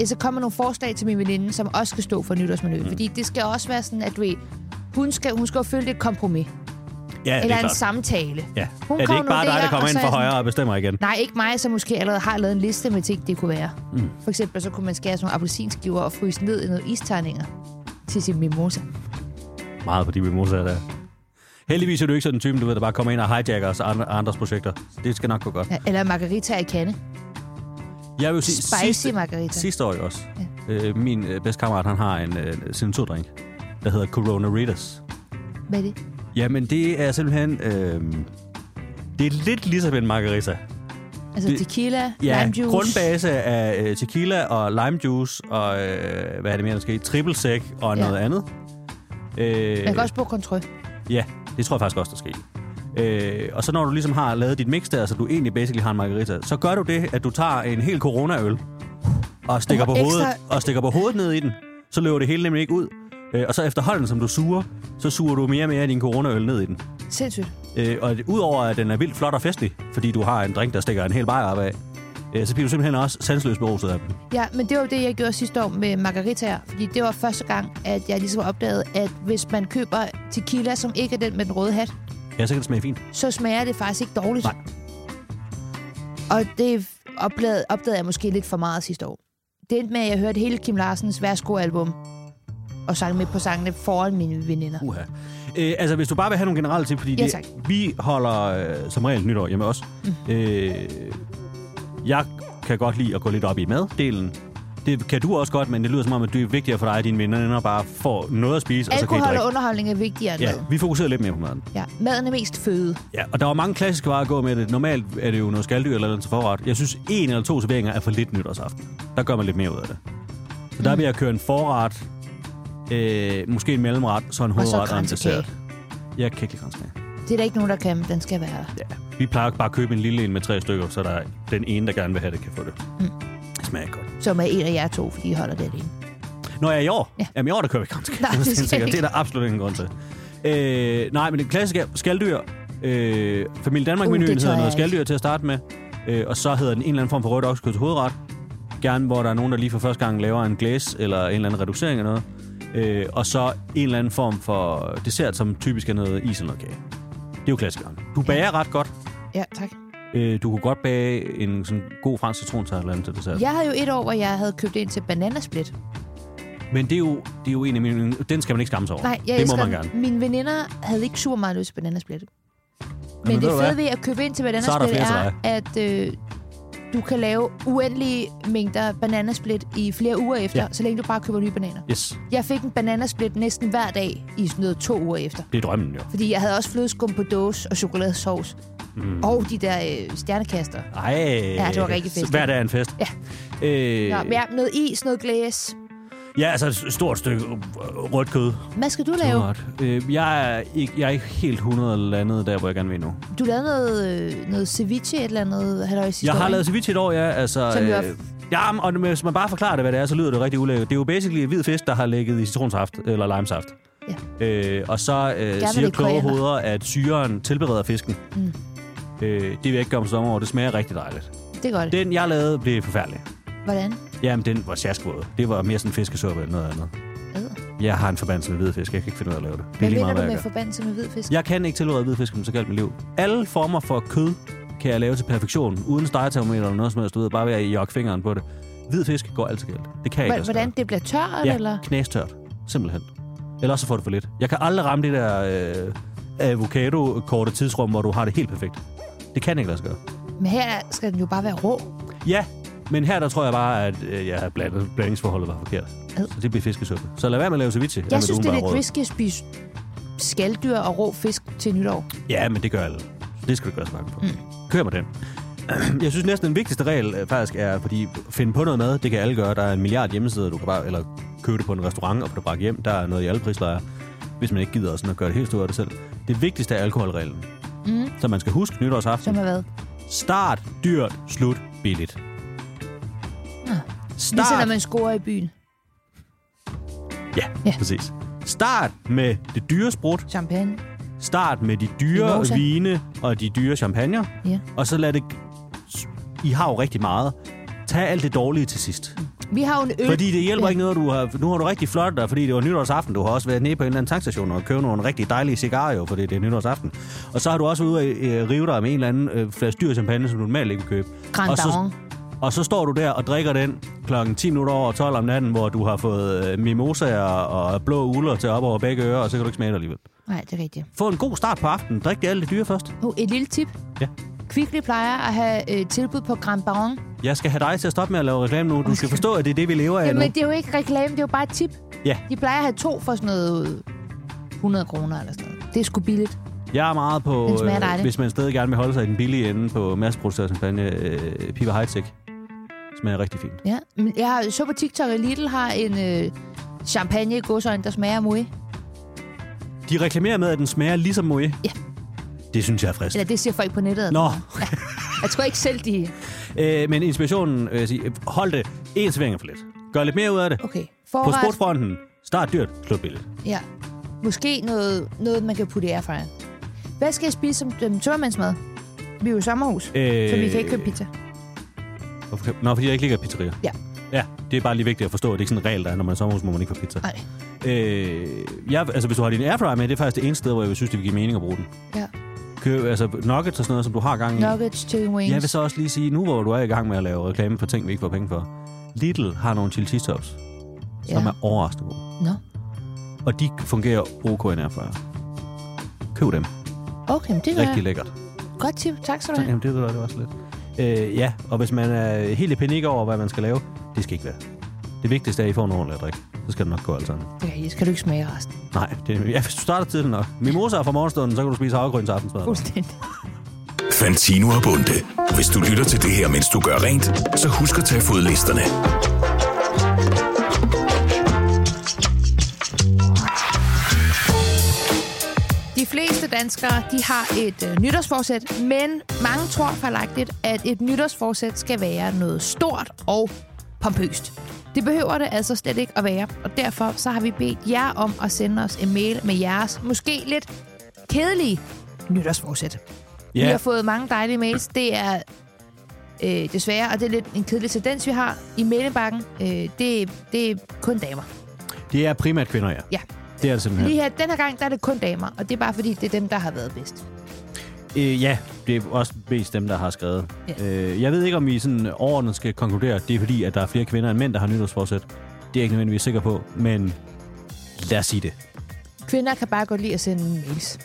[SPEAKER 3] Jeg skal komme med nogle forslag til min veninde, som også skal stå for nytårsmenuen. Mm. Fordi det skal også være sådan, at du ved, hun skal, hun skal jo følge et kompromis.
[SPEAKER 2] Ja, det
[SPEAKER 3] eller
[SPEAKER 2] er
[SPEAKER 3] en
[SPEAKER 2] klart.
[SPEAKER 3] samtale.
[SPEAKER 2] Ja.
[SPEAKER 3] Hun
[SPEAKER 2] er altså, det ikke bare dig, der
[SPEAKER 3] konkluderer,
[SPEAKER 2] kommer
[SPEAKER 3] og
[SPEAKER 2] ind
[SPEAKER 3] så
[SPEAKER 2] fra
[SPEAKER 3] er jeg
[SPEAKER 2] højre og bestemmer igen?
[SPEAKER 3] Nej, ikke mig, som måske allerede har lavet en liste med ting, det kunne være. Mm. For eksempel så kunne man skære sådan nogle appelsinskiver og fryse ned i noget isterninger til sin mimosa.
[SPEAKER 2] Meget på de mimosaer der. Heldigvis er du ikke sådan en type, du ved, der bare kommer ind og hijacker os andre, andres projekter. Det skal nok gå godt.
[SPEAKER 3] Ja, Eller margarita i kande.
[SPEAKER 2] Jeg vil jo sige,
[SPEAKER 3] Spicy
[SPEAKER 2] sidste,
[SPEAKER 3] margarita.
[SPEAKER 2] sidste år jo også. Ja. Øh, min øh, bedste kammerat, han har en øh, CO2-drink, der hedder Corona Ritas.
[SPEAKER 3] Hvad er det?
[SPEAKER 2] Jamen, det er simpelthen... Øh, det er lidt ligesom en margarita.
[SPEAKER 3] Altså
[SPEAKER 2] Det-
[SPEAKER 3] det, tequila,
[SPEAKER 2] Ja,
[SPEAKER 3] lime juice.
[SPEAKER 2] grundbase af øh, tequila og lime juice og, øh, hvad er det mere, der skal i? Triple sec og
[SPEAKER 3] Ja.
[SPEAKER 2] noget andet. Øh,
[SPEAKER 3] Man kan også bruge kontrol.
[SPEAKER 2] Ja, det tror jeg faktisk også, der sker. Øh, og så når du ligesom har lavet dit mix der, så du egentlig basically har en margarita, så gør du det, at du tager en hel coronaøl og stikker,
[SPEAKER 3] Og
[SPEAKER 2] på
[SPEAKER 3] Uh, ekstra-
[SPEAKER 2] hovedet, og stikker på hovedet ned i den. Så løber det hele nemlig ikke ud. Øh, og så efterhånden, som du suger, så suger du mere og mere af din coronaøl ned i den.
[SPEAKER 3] Sindssygt.
[SPEAKER 2] Øh, og udover at den er vildt flot og festlig, fordi du har en drink, der stikker en hel bajer op af, øh, så bliver du simpelthen også sansløst beruset af den.
[SPEAKER 3] Ja, men det var jo det, jeg gjorde sidste år med margaritaer. Fordi det var første gang, at jeg ligesom opdagede, at hvis man køber tequila, som ikke er den med den røde hat,
[SPEAKER 2] Ja, så kan det smage fint.
[SPEAKER 3] så smager det faktisk ikke dårligt.
[SPEAKER 2] Nej.
[SPEAKER 3] Og det opdagede, opdagede jeg måske lidt for meget sidste år. Det endte med, at jeg hørte hele Kim Larsens Værsgo-album og sang med på sangene foran mine veninder.
[SPEAKER 2] Uha. Øh, altså, hvis du bare vil have nogle generelle tip, fordi
[SPEAKER 3] Ja, tak.
[SPEAKER 2] det, vi holder øh, som regel nytår hjemme også. Mm. Øh, jeg kan godt lide at gå lidt op i maddelen. Det kan du også godt, men det lyder som om, at det er vigtigere for dig, at dine venner bare får noget at spise, og så kan
[SPEAKER 3] Alkohol
[SPEAKER 2] I
[SPEAKER 3] og
[SPEAKER 2] drikke.
[SPEAKER 3] underholdning er vigtigere end
[SPEAKER 2] Ja,
[SPEAKER 3] mad.
[SPEAKER 2] vi fokuserer lidt mere på maden.
[SPEAKER 3] Ja, maden er mest føde.
[SPEAKER 2] Ja, og der var mange klassiske varer at gå med det. Normalt er det jo noget skaldyr eller noget til forret. Jeg synes, en eller to serveringer er for lidt nytårsaften. Der gør man lidt mere ud af det. Så der vil jeg køre en forret, øh, måske en mellemret, så en
[SPEAKER 3] så
[SPEAKER 2] hovedret og, en
[SPEAKER 3] kransekage.
[SPEAKER 2] dessert. Jeg kan ikke lide kransekage.
[SPEAKER 3] Det er der ikke nogen, der kan, men den skal være der.
[SPEAKER 2] Ja. Vi plejer bare at købe en lille en med tre stykker, så der er den ene, der gerne vil have det, kan få det. Mm. Det smager ikke godt.
[SPEAKER 3] Som er en af jer to, fordi I holder det alene.
[SPEAKER 2] Nå, ja, i år? Ja.
[SPEAKER 3] Ja.
[SPEAKER 2] Jamen, i år, der kører vi kransekage.
[SPEAKER 3] Nej, det skal
[SPEAKER 2] Sindssygt.
[SPEAKER 3] ikke.
[SPEAKER 2] det er der absolut ingen grund til. Øh, nej, men det klassiske er skaldyr. Øh, Familie
[SPEAKER 3] Uh,
[SPEAKER 2] Danmark-menuen
[SPEAKER 3] det
[SPEAKER 2] uh,
[SPEAKER 3] tør
[SPEAKER 2] hedder
[SPEAKER 3] jeg
[SPEAKER 2] noget
[SPEAKER 3] ikke.
[SPEAKER 2] skaldyr til at starte med. Øh, og så hedder den en eller anden form for rødt oksekød til hovedret. Gerne, hvor der er nogen, der lige for første gang laver en glæs eller en eller anden reducering eller noget. Øh, og så en eller anden form for dessert, som typisk er noget is eller noget kage. Det er jo klassikeren. Du bager ret godt.
[SPEAKER 3] Ja, tak.
[SPEAKER 2] Øh, du kunne godt bage en sådan god fransk citrontart eller andet til dessert.
[SPEAKER 3] Jeg havde jo et år, hvor jeg havde købt ind til bananasplit.
[SPEAKER 2] Men det er, jo, det er jo en af mine... Den skal man ikke skamme sig over.
[SPEAKER 3] Nej, jeg
[SPEAKER 2] det må
[SPEAKER 3] elsker
[SPEAKER 2] man
[SPEAKER 3] den.
[SPEAKER 2] gerne.
[SPEAKER 3] Mine veninder havde ikke super meget lyst til bananasplit. Men,
[SPEAKER 2] ved
[SPEAKER 3] men det
[SPEAKER 2] du hvad?
[SPEAKER 3] fede ved at købe ind til
[SPEAKER 2] Så er der
[SPEAKER 3] bananasplit
[SPEAKER 2] flere til
[SPEAKER 3] er, at øh, du kan lave uendelige mængder bananasplit i flere uger efter,
[SPEAKER 2] Ja.
[SPEAKER 3] ja. så længe du bare køber nye bananer.
[SPEAKER 2] Yes,
[SPEAKER 3] Jeg fik en bananasplit næsten hver dag i sådan noget to uger efter.
[SPEAKER 2] det er drømmen jo.
[SPEAKER 3] Fordi jeg havde også flødeskum på dåse og chokoladesauce. Mm. Og de der øh, stjernekaster.
[SPEAKER 2] Ej.
[SPEAKER 3] Ja, det var rigtig festligt.
[SPEAKER 2] Hver dag er en fest.
[SPEAKER 3] Ja.
[SPEAKER 2] Øh,
[SPEAKER 3] Nå, men ja, noget is, noget glæs.
[SPEAKER 2] ja, altså et stort stykke øh, rødt kød.
[SPEAKER 3] Hvad skal du lave?
[SPEAKER 2] Øh, jeg, er ikke, jeg er ikke helt 100 landet der, hvor jeg gerne vil nu.
[SPEAKER 3] Du lavede noget, øh, noget ceviche, et eller andet halvøj sidste
[SPEAKER 2] Jeg
[SPEAKER 3] år,
[SPEAKER 2] har
[SPEAKER 3] ikke?
[SPEAKER 2] lavet ceviche et år, ja. Altså,
[SPEAKER 3] Som jo er-
[SPEAKER 2] ja, men- og hvis man bare forklarer det, hvad det er, så lyder det rigtig ulækkert. Det er jo basically hvid fisk, der har ligget i citronsaft eller limesaft. Ja. Øh, og så øh,
[SPEAKER 3] det
[SPEAKER 2] siger
[SPEAKER 3] i
[SPEAKER 2] kloge
[SPEAKER 3] koriander.
[SPEAKER 2] hoveder, at syren tilbereder fisken. Mm. Øh, det vil jeg ikke gøre om sommeren over. Det smager rigtig dejligt.
[SPEAKER 3] Det er godt. Det...
[SPEAKER 2] Den, jeg lavede, blev forfærdelig.
[SPEAKER 3] Hvordan?
[SPEAKER 2] Jamen, den var sjaskvåd. Det var mere sådan fiskesuppe eller noget andet.
[SPEAKER 3] Ad.
[SPEAKER 2] Jeg har en forbandelse med hvidfisk. Jeg kan ikke finde ud af at lave det. Det er
[SPEAKER 3] Hvad
[SPEAKER 2] lige
[SPEAKER 3] mener
[SPEAKER 2] meget,
[SPEAKER 3] du
[SPEAKER 2] hvad jeg
[SPEAKER 3] med
[SPEAKER 2] gør.
[SPEAKER 3] forbandelse med hvidfisk?
[SPEAKER 2] Jeg kan ikke tilrede hvidfisk, men så galt mit liv. Alle former for kød kan jeg lave til perfektion, uden stegetermometer eller noget som helst. Du ved, bare ved at jokke fingeren på det. Hvidfisk går altid galt. Det kan jeg ikke.
[SPEAKER 3] Hva- Hvordan det bliver tørt,
[SPEAKER 2] Ja,
[SPEAKER 3] eller?
[SPEAKER 2] knæstørt. Simpelthen. Ellers så får du for lidt. Jeg kan aldrig ramme det der øh, avocado-korte tidsrum, hvor du har det helt perfekt. Det kan ikke lade sig gøre.
[SPEAKER 3] Men her skal den jo bare være rå.
[SPEAKER 2] Ja, men her der tror jeg bare, at øh, jeg har blandet, blandingsforholdet var forkert.
[SPEAKER 3] Ad.
[SPEAKER 2] Så det blev fiskesuppe. Så lad være med at lave ceviche. er
[SPEAKER 3] Jeg
[SPEAKER 2] mit
[SPEAKER 3] synes, det er
[SPEAKER 2] umiddelbare
[SPEAKER 3] lidt risky
[SPEAKER 2] råd.
[SPEAKER 3] at spise skaldyr og rå fisk til nytår.
[SPEAKER 2] Ja, men det gør alle. Så det skal du gøre så mange på. Mm. Kør med den. Jeg synes næsten den vigtigste regel øh, faktisk er, fordi finde på noget mad, det kan alle gøre. Der er en milliard hjemmesider, du kan bare eller købe det på en restaurant og få det bragt hjem. Der er noget i alle prislejre, hvis man ikke gider sådan at gøre det helt stort af det selv. Det vigtigste er alkoholreglen. Mm. Så man skal huske
[SPEAKER 3] Som
[SPEAKER 2] nytårsaften.
[SPEAKER 3] er hvad?
[SPEAKER 2] Start dyrt, slut
[SPEAKER 3] Ah.
[SPEAKER 2] billigt.
[SPEAKER 3] Ligesom
[SPEAKER 2] Start,
[SPEAKER 3] når man scorer i byen.
[SPEAKER 2] ja, ja,
[SPEAKER 3] Ja.
[SPEAKER 2] præcis. Start med det dyre sprut.
[SPEAKER 3] Champagne.
[SPEAKER 2] Start med de dyre
[SPEAKER 3] Mimosa.
[SPEAKER 2] vine og de dyre champagner.
[SPEAKER 3] Ja.
[SPEAKER 2] Og så lad det... I har jo rigtig meget. Tag alt det dårlige til sidst.
[SPEAKER 3] Vi har jo en øl.
[SPEAKER 2] Fordi det hjælper ikke noget, du har... Nu har du rigtig flot dig, fordi det var nytårsaften. Du har også været nede på en eller anden tankstation og købt nogle rigtig dejlige cigarer, jo, fordi det er nytårsaften. Og så har du også ude og øh, rive dig med en eller anden øh, flaske dyrchampagne, som du normalt ikke kunne købe.
[SPEAKER 3] Grand
[SPEAKER 2] og så,
[SPEAKER 3] Daron.
[SPEAKER 2] og så står du der og drikker den klokken 10 minutter over 12 om natten, hvor du har fået øh, mimosaer og blå uler til op over begge ører, og så kan du ikke smage det alligevel.
[SPEAKER 3] Nej, det er rigtigt.
[SPEAKER 2] Få en god start på aftenen. Drik det alle det dyre først.
[SPEAKER 3] Oh, et lille tip.
[SPEAKER 2] Ja.
[SPEAKER 3] Kvickly plejer at have øh, tilbud på Grand Baron.
[SPEAKER 2] Jeg skal have dig til at stoppe med at lave reklame nu. Du skal forstå, at det er det, vi lever af nu.
[SPEAKER 3] Jamen, det er jo ikke reklame, det er jo bare et tip.
[SPEAKER 2] Ja,
[SPEAKER 3] De plejer at have to for sådan noget øh, 100 kroner eller sådan noget. Det er sgu billigt.
[SPEAKER 2] Jeg er meget på, øh,
[SPEAKER 3] Den smager dejligt.
[SPEAKER 2] hvis man stadig gerne vil holde sig i den billige ende på masseproduceret champagne, øh, Piper Hightech. Smager rigtig fint.
[SPEAKER 3] Ja. Men Jeg har, så på TikTok, at Lidl har en øh, champagne i godsøjne, der smager af moe.
[SPEAKER 2] De reklamerer med, at den smager ligesom moe.
[SPEAKER 3] Ja.
[SPEAKER 2] Det synes jeg er frisk.
[SPEAKER 3] Eller det ser folk på nettet.
[SPEAKER 2] Nå,
[SPEAKER 3] Jeg tror ikke selv, de...
[SPEAKER 2] øh, men inspirationen, øh, sige, hold det en servering er for lidt. Gør lidt mere ud af det.
[SPEAKER 3] Okay.
[SPEAKER 2] På
[SPEAKER 3] Forret.
[SPEAKER 2] sportfronten, start dyrt, slut billigt.
[SPEAKER 3] Ja. Måske noget, noget man kan putte i airfryeren. Hvad skal jeg spise som øhm, tørmandsmad? Vi er jo i sommerhus, øh... så vi kan ikke købe pizza.
[SPEAKER 2] Hvorfor kan- Nå, fordi jeg ikke ligger i pizzerier.
[SPEAKER 3] Ja.
[SPEAKER 2] Ja, det er bare lige vigtigt at forstå, at det ikke er sådan en regel, der er, når man er i sommerhus, må man ikke få pizza.
[SPEAKER 3] Nej.
[SPEAKER 2] Øh, jeg, altså, hvis du har din airfryer med, det er faktisk det eneste sted, hvor jeg vil synes, det vil give mening at bruge den.
[SPEAKER 3] Ja.
[SPEAKER 2] Køb, altså, nuggets og sådan noget, som du har gang i.
[SPEAKER 3] Nuggets, chicken wings.
[SPEAKER 2] Jeg vil så også lige sige, nu hvor du er i gang med at lave reklame for ting, vi ikke får penge for. Lidl har nogle chili cheese tops, som
[SPEAKER 3] Ja.
[SPEAKER 2] er overraskende gode.
[SPEAKER 3] Nå.
[SPEAKER 2] Og de fungerer ok i nærfærd. Køb dem.
[SPEAKER 3] Okay, men det gør
[SPEAKER 2] Rigtig
[SPEAKER 3] jeg.
[SPEAKER 2] lækkert.
[SPEAKER 3] Godt tip. Tak skal du have.
[SPEAKER 2] Jamen, det var det også lidt. Øh, ja, og hvis man er helt i panik over, hvad man skal lave, det skal ikke være. Det vigtigste er, at I får en ordentlig at drikke. Så skal det nok gå alt sammen.
[SPEAKER 3] Okay, skal du ikke smage resten.
[SPEAKER 2] Nej, det, ja, hvis du starter tidligt nok. Mimosa fra morgenstunden, så kan du spise havregryn til aftensmad.
[SPEAKER 3] Fuldstændig.
[SPEAKER 1] Fantino og Bunde. Hvis du lytter til det her, mens du gør rent, så husk at tage fodlisterne.
[SPEAKER 3] De fleste danskere, de har et øh, nytårsforsæt, men mange tror fejlagtigt, at et nytårsforsæt skal være noget stort og pompøst. Det behøver det altså slet ikke at være, og derfor så har vi bedt jer om at sende os en mail med jeres måske lidt kedelige nytårsforsæt. Vi har
[SPEAKER 2] Ja,
[SPEAKER 3] fået mange dejlige mails. Det er øh, desværre, og det er lidt en kedelig tendens, vi har i mailebakken. Øh, det, det er kun damer.
[SPEAKER 2] det er primært kvinder, ja.
[SPEAKER 3] Ja.
[SPEAKER 2] Det er det simpelthen.
[SPEAKER 3] Lige her, den her gang, der er det kun damer, og det er bare fordi, det er dem, der har været bedst.
[SPEAKER 2] Øh, ja, det er også mest dem, der har skrevet.
[SPEAKER 3] Ja.
[SPEAKER 2] Ja. Øh, jeg ved ikke, om vi sådan overordnet skal konkludere, at det er fordi, at der er flere kvinder end mænd, der har nytårsforsæt. Det er jeg ikke nødvendigvis sikker på, men lad os sige det.
[SPEAKER 3] Kvinder kan bare godt lide at sende mails.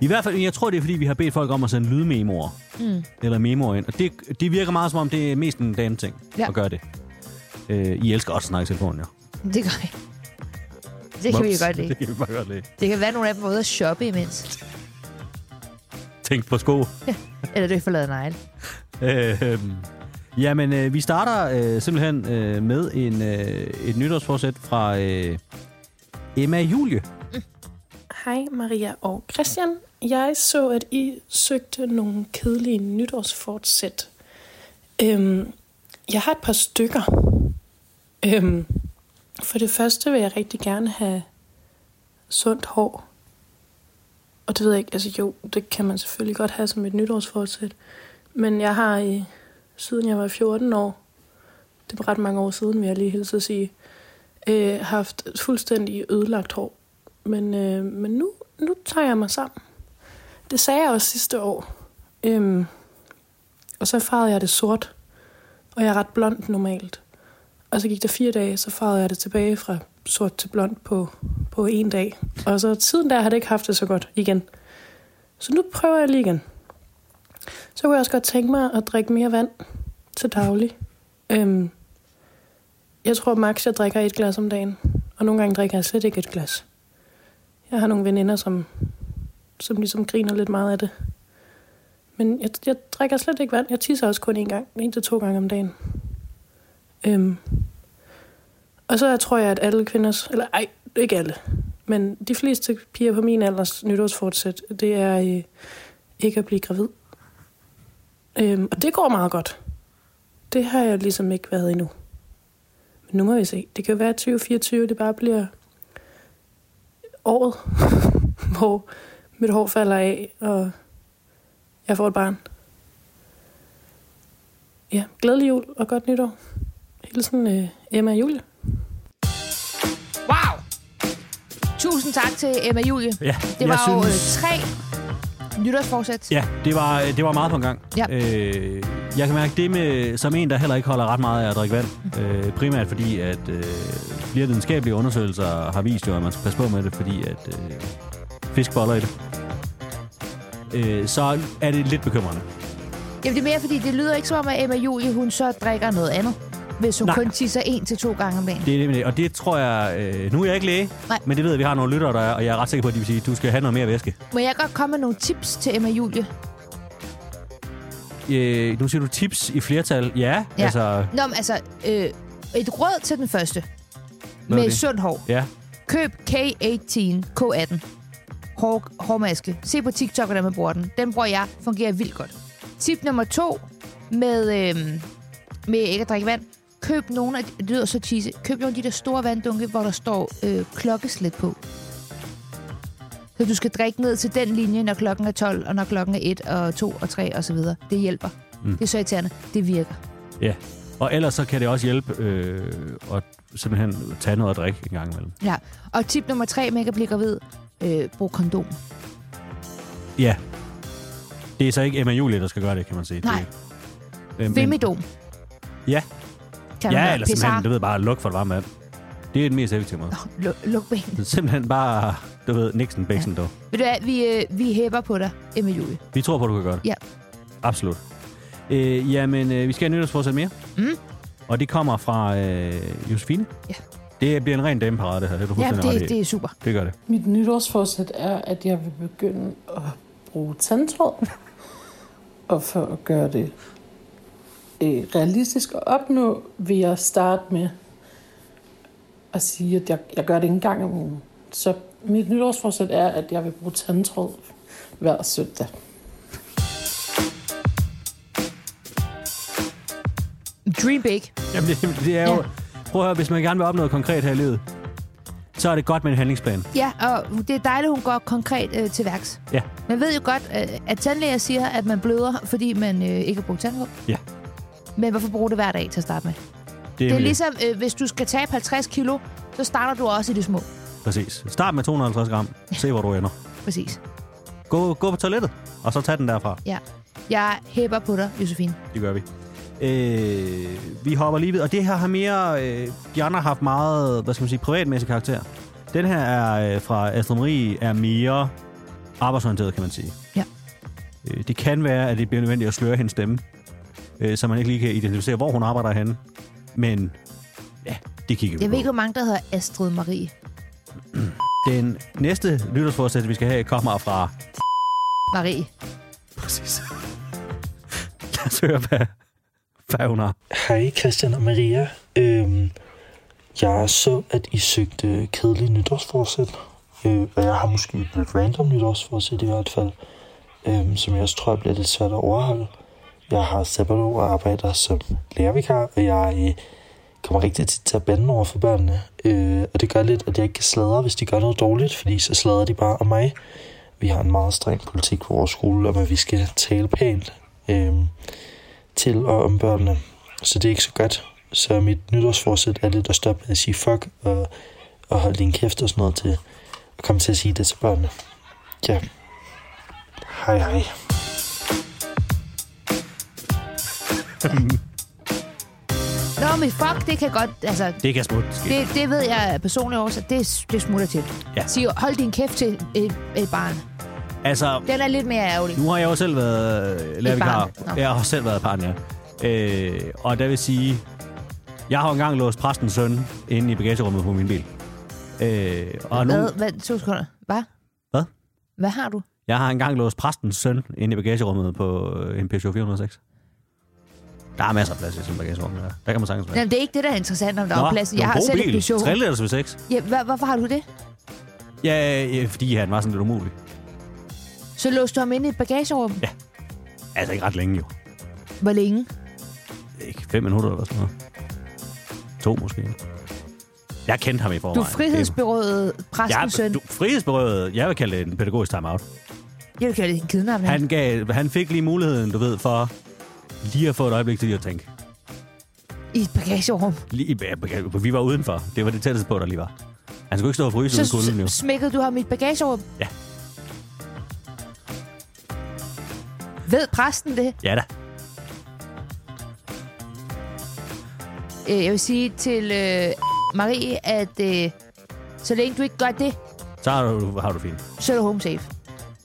[SPEAKER 2] I hvert fald, jeg tror, det er fordi, vi har bedt folk om at sende lydmemoer. Mm. Eller memoer ind. Og det, det virker meget som om, det er mest en dame-ting
[SPEAKER 3] Ja.
[SPEAKER 2] ja. at gøre det. Øh, I elsker også at snakke i telefonen, ja.
[SPEAKER 3] Det gør jeg. Det kan vi
[SPEAKER 2] Moms.
[SPEAKER 3] jo godt lide.
[SPEAKER 2] Det kan vi bare godt lide.
[SPEAKER 3] Det kan være, at nogle af dem var ude at shoppe imens.
[SPEAKER 2] Tænk på sko.
[SPEAKER 3] Eller du ikke får lavet negle.
[SPEAKER 2] Øh, jamen, øh, vi starter øh, simpelthen øh, med en, øh, et nytårsforsæt fra øh, Emma Julie.
[SPEAKER 5] Hej Maria og Christian. Jeg så, at I søgte nogle kedelige nytårsfortsæt. Øhm, jeg har et par stykker. Øhm, for det første vil jeg rigtig gerne have sundt hår. Og det ved jeg ikke, altså jo, det kan man selvfølgelig godt have som et nytårsfortsæt. Men jeg har, øh, siden jeg var 14 år, det er ret mange år siden, vil jeg lige hilse at sige, øh, haft fuldstændig ødelagt hår. Men, øh, men nu, nu tager jeg mig sammen. Det sagde jeg også sidste år. Øhm, og så farvede jeg det sort. Og jeg er ret blond normalt. Og så gik der fire dage, så farvede jeg det tilbage fra sort til blond på, på en dag. Og så siden der har det ikke haft det så godt igen. Så nu prøver jeg lige igen. Så kunne jeg også godt tænke mig at drikke mere vand til daglig. Øhm, jeg tror max, jeg drikker et glas om dagen. Og nogle gange drikker jeg slet ikke et glas. Jeg har nogle veninder, som, som ligesom griner lidt meget af det. Men jeg, jeg drikker slet ikke vand. Jeg tisser også kun en gang. En til to gange om dagen. Øhm. Og så tror jeg, at alle kvinders... Eller ej, ikke alle. Men de fleste piger på min alders nytårsfortsæt, det er øh, ikke at blive gravid. Øhm, og det går meget godt. Det har jeg ligesom ikke været endnu. Men nu må vi se. Det kan jo være, at 2024 det bare bliver året, hvor mit hår falder af, og jeg får et barn. Ja, glædelig jul og godt nytår. Hilsen øh, Emma og Julie.
[SPEAKER 3] Wow! Tusind tak til Emma Julie.
[SPEAKER 2] Ja,
[SPEAKER 3] Det var
[SPEAKER 2] jeg
[SPEAKER 3] jo
[SPEAKER 2] synes-
[SPEAKER 3] øh, tre nytårsforsæt.
[SPEAKER 2] Ja, det var, det var meget på en gang.
[SPEAKER 3] Ja.
[SPEAKER 2] Øh, jeg kan mærke det med, som en, der heller ikke holder ret meget af at drikke vand. Øh, primært fordi, at øh, flere videnskabelige undersøgelser har vist jo, at man skal passe på med det, fordi at øh, fisk boller i det. Øh, så er det lidt bekymrende.
[SPEAKER 3] Jamen, det er mere, fordi det lyder ikke som om, at Emma Julie, hun så drikker noget andet. Hvis hun
[SPEAKER 2] Nej.
[SPEAKER 3] Nej. kun tisser en til to gange om dagen.
[SPEAKER 2] Det er det med det. Og det tror jeg... Øh, nu er jeg ikke læge,
[SPEAKER 3] Nej.
[SPEAKER 2] men det ved jeg, vi har nogle lyttere, der er, og jeg er ret sikker på, at de vil sige, at du skal have noget mere væske.
[SPEAKER 3] Må jeg godt komme med nogle tips til Emma Julie?
[SPEAKER 2] Øh, nu siger du tips i flertal. Ja,
[SPEAKER 3] Ja.
[SPEAKER 2] altså...
[SPEAKER 3] Nå, men altså, øh, et råd til den første.
[SPEAKER 2] Hvad er
[SPEAKER 3] Med
[SPEAKER 2] det?
[SPEAKER 3] sundt hår.
[SPEAKER 2] Ja,
[SPEAKER 3] Køb K18, K18. Hår, hårmaske. Se på TikTok, hvordan man bruger den. Den bruger jeg. Fungerer vildt godt. Tip nummer to med, øhm, med ikke at drikke vand. Køb nogle af, det lyder så cheesy, køb nogle af de der store vanddunke, hvor der står øh, klokkeslæt på. Så du skal drikke ned til den linje, når klokken er 12, og når klokken er 1 og 2 og 3 og så videre. Det hjælper. Mm. Det er så irriterende. Det virker.
[SPEAKER 2] ja. Og ellers så kan det også hjælpe øh, at simpelthen tage noget at drikke en gang imellem.
[SPEAKER 3] Ja. Og tip nummer tre, man kan blive gravid. Øh, brug kondom.
[SPEAKER 2] Ja. Det er så ikke Emma Julie, der skal gøre det, kan man sige.
[SPEAKER 3] Nej.
[SPEAKER 2] Det, øh, men,
[SPEAKER 3] Femidom.
[SPEAKER 2] Ja.
[SPEAKER 3] Kan man
[SPEAKER 2] ja,
[SPEAKER 3] gøre.
[SPEAKER 2] eller
[SPEAKER 3] Pessar.
[SPEAKER 2] simpelthen, du ved, bare luk for det varme vand. Det er den mest effektive måde.
[SPEAKER 3] Luk, luk benene.
[SPEAKER 2] Så Simpelthen bare, du ved, Nixon, Bixen, ja. dog.
[SPEAKER 3] Ved du hvad, vi, øh, vi hæpper på dig, Emil Julie.
[SPEAKER 2] Vi tror på, du kan gøre det.
[SPEAKER 3] Ja.
[SPEAKER 2] Absolut. Øh, jamen, øh, vi skal have nytårsforsæt mere.
[SPEAKER 3] Mm.
[SPEAKER 2] Og det kommer fra øh, Josefine.
[SPEAKER 3] Ja.
[SPEAKER 2] Det bliver en ren dameparade, det her. Det er du
[SPEAKER 3] Ja,
[SPEAKER 2] fuldstændig ret i.
[SPEAKER 3] det, det er super.
[SPEAKER 2] det gør det.
[SPEAKER 6] Mit nytårsforsæt er, at jeg vil begynde at bruge tandtråd. Og for at gøre det øh, realistisk at opnå, vil jeg starte med at sige, at jeg, jeg gør det ikke en gang om ugen. Så mit nytårsforsæt er, at jeg vil bruge tandtråd hver søndag.
[SPEAKER 3] Dream big.
[SPEAKER 2] Jamen, det, det er jo...
[SPEAKER 3] Ja.
[SPEAKER 2] Prøv at høre, hvis man gerne vil opnå noget konkret her i livet, så er det godt med en handlingsplan.
[SPEAKER 3] Ja, og det er dejligt, hun går konkret øh, til værks.
[SPEAKER 2] Ja.
[SPEAKER 3] Man ved jo godt, øh, at tandlæger siger, at man bløder, fordi man øh, ikke har brugt tandvåg.
[SPEAKER 2] Ja.
[SPEAKER 3] Men hvorfor bruge det hver dag til at starte med? Det er
[SPEAKER 2] nemlig
[SPEAKER 3] ligesom, øh, hvis du skal tabe 50 kilo, så starter du også i det små.
[SPEAKER 2] Præcis. Start med 250 gram. Se, hvor du ender.
[SPEAKER 3] Præcis.
[SPEAKER 2] Gå, gå på toilettet, og så tag den derfra.
[SPEAKER 3] Ja. Jeg hæpper på dig, Josefine.
[SPEAKER 2] Det gør vi. Øh, vi hopper lige videre. Og det her har mere... Øh, de andre har haft meget, hvad skal man sige, privatmæssig karakter. Den her er øh, fra Astrid Marie er mere arbejdsorienteret, kan man sige.
[SPEAKER 3] Ja.
[SPEAKER 2] Øh, det kan være, at det bliver nødvendigt at sløre hendes stemme, øh, så man ikke lige kan identificere, hvor hun arbejder henne. Men ja, det kigger vi
[SPEAKER 3] Jeg
[SPEAKER 2] på.
[SPEAKER 3] ved ikke, hvor mange der hedder Astrid Marie.
[SPEAKER 2] Den næste lyttersforsæt, vi skal have, kommer fra...
[SPEAKER 3] Marie.
[SPEAKER 2] Præcis. Lad os høre, hvad, hvad hun har.
[SPEAKER 7] Hej Christian og Maria. Øhm, jeg så, at I søgte kedelige nytårsforsæt. Øh, og jeg har måske et lidt random nytårsforsæt i hvert fald, øhm, som jeg også tror bliver lidt svært at overholde. Jeg har sabbatår og arbejder som lærervikar, og jeg øh, kommer rigtig tit til at bande over for børnene. Øh, og det gør lidt, at jeg ikke kan sladre, hvis de gør noget dårligt, fordi så sladrer de bare om mig. Vi har en meget streng politik på vores skole om, at vi skal tale pænt øh, til og om børnene så det er ikke så godt. Så mit nytårsforsæt er lidt at stoppe med at sige fuck, og, og holde din kæft og sådan noget til at komme til at sige det til børnene. Ja. Hej hej.
[SPEAKER 3] Nå, men fuck, det kan godt... Altså,
[SPEAKER 2] Det kan smutte. ske.
[SPEAKER 3] Det, det ved jeg af personlig årsag. Det, det smutter til.
[SPEAKER 2] Ja.
[SPEAKER 3] Sig, hold din kæft til et, et barn.
[SPEAKER 2] Altså,
[SPEAKER 3] Den er lidt mere ærgerlig.
[SPEAKER 2] Nu har jeg jo selv været øh, lærervikar.
[SPEAKER 3] barn. Nå.
[SPEAKER 2] Jeg har selv været barn, ja. Øh, og der vil sige, jeg har jo engang låst præstens søn inde i bagagerummet på min bil. Øh, og nu,
[SPEAKER 3] Hvad? Hvad? To sekunder. Hvad?
[SPEAKER 2] Hvad?
[SPEAKER 3] Hvad har du?
[SPEAKER 2] jeg har engang låst præstens søn inde i bagagerummet på øh, en Peugeot 406. Der er masser af plads i sådan et bagagerum. Der. der kan man sagtens være.
[SPEAKER 3] Jamen, det er ikke det, der er interessant, om der
[SPEAKER 2] Nå,
[SPEAKER 3] er plads.
[SPEAKER 2] det var
[SPEAKER 3] Jeg
[SPEAKER 2] en
[SPEAKER 3] har
[SPEAKER 2] god
[SPEAKER 3] selv et
[SPEAKER 2] bil.
[SPEAKER 3] Peugeot.
[SPEAKER 2] 3 liters V6.
[SPEAKER 3] Ja, hva, hvorfor har du det?
[SPEAKER 2] Ja, ja, fordi han var sådan lidt umulig.
[SPEAKER 3] Så låste du ham inde i et bagagerum. Ja.
[SPEAKER 2] Altså ikke ret længe jo.
[SPEAKER 3] Hvor længe?
[SPEAKER 2] Ikke fem minutter eller sådan noget. To måske. Jeg kendte ham i forvejen.
[SPEAKER 3] Du
[SPEAKER 2] Det-
[SPEAKER 3] frihedsberøvede præstens søn.
[SPEAKER 2] du, frihedsberøvet, jeg vil kalde det en pædagogisk timeout.
[SPEAKER 3] Jeg vil kalde det en kidnapning.
[SPEAKER 2] Han, gav, han fik lige muligheden, du ved, for lige at få et øjeblik til lige at tænke.
[SPEAKER 3] I i et bagagerum.
[SPEAKER 2] Lige, i- vi var udenfor. Det var det tætteste på, der lige var. Han skulle ikke stå og fryse
[SPEAKER 3] Så
[SPEAKER 2] uden kulden, jo.
[SPEAKER 3] s- smækkede du ham i et bagagerum?
[SPEAKER 2] Ja.
[SPEAKER 3] Ved præsten det?
[SPEAKER 2] Ja da.
[SPEAKER 3] Øh, Jeg vil sige til øh, Marie, at øh, så længe du ikke gør det,
[SPEAKER 2] Så har du, har du fint.
[SPEAKER 3] så er du home safe.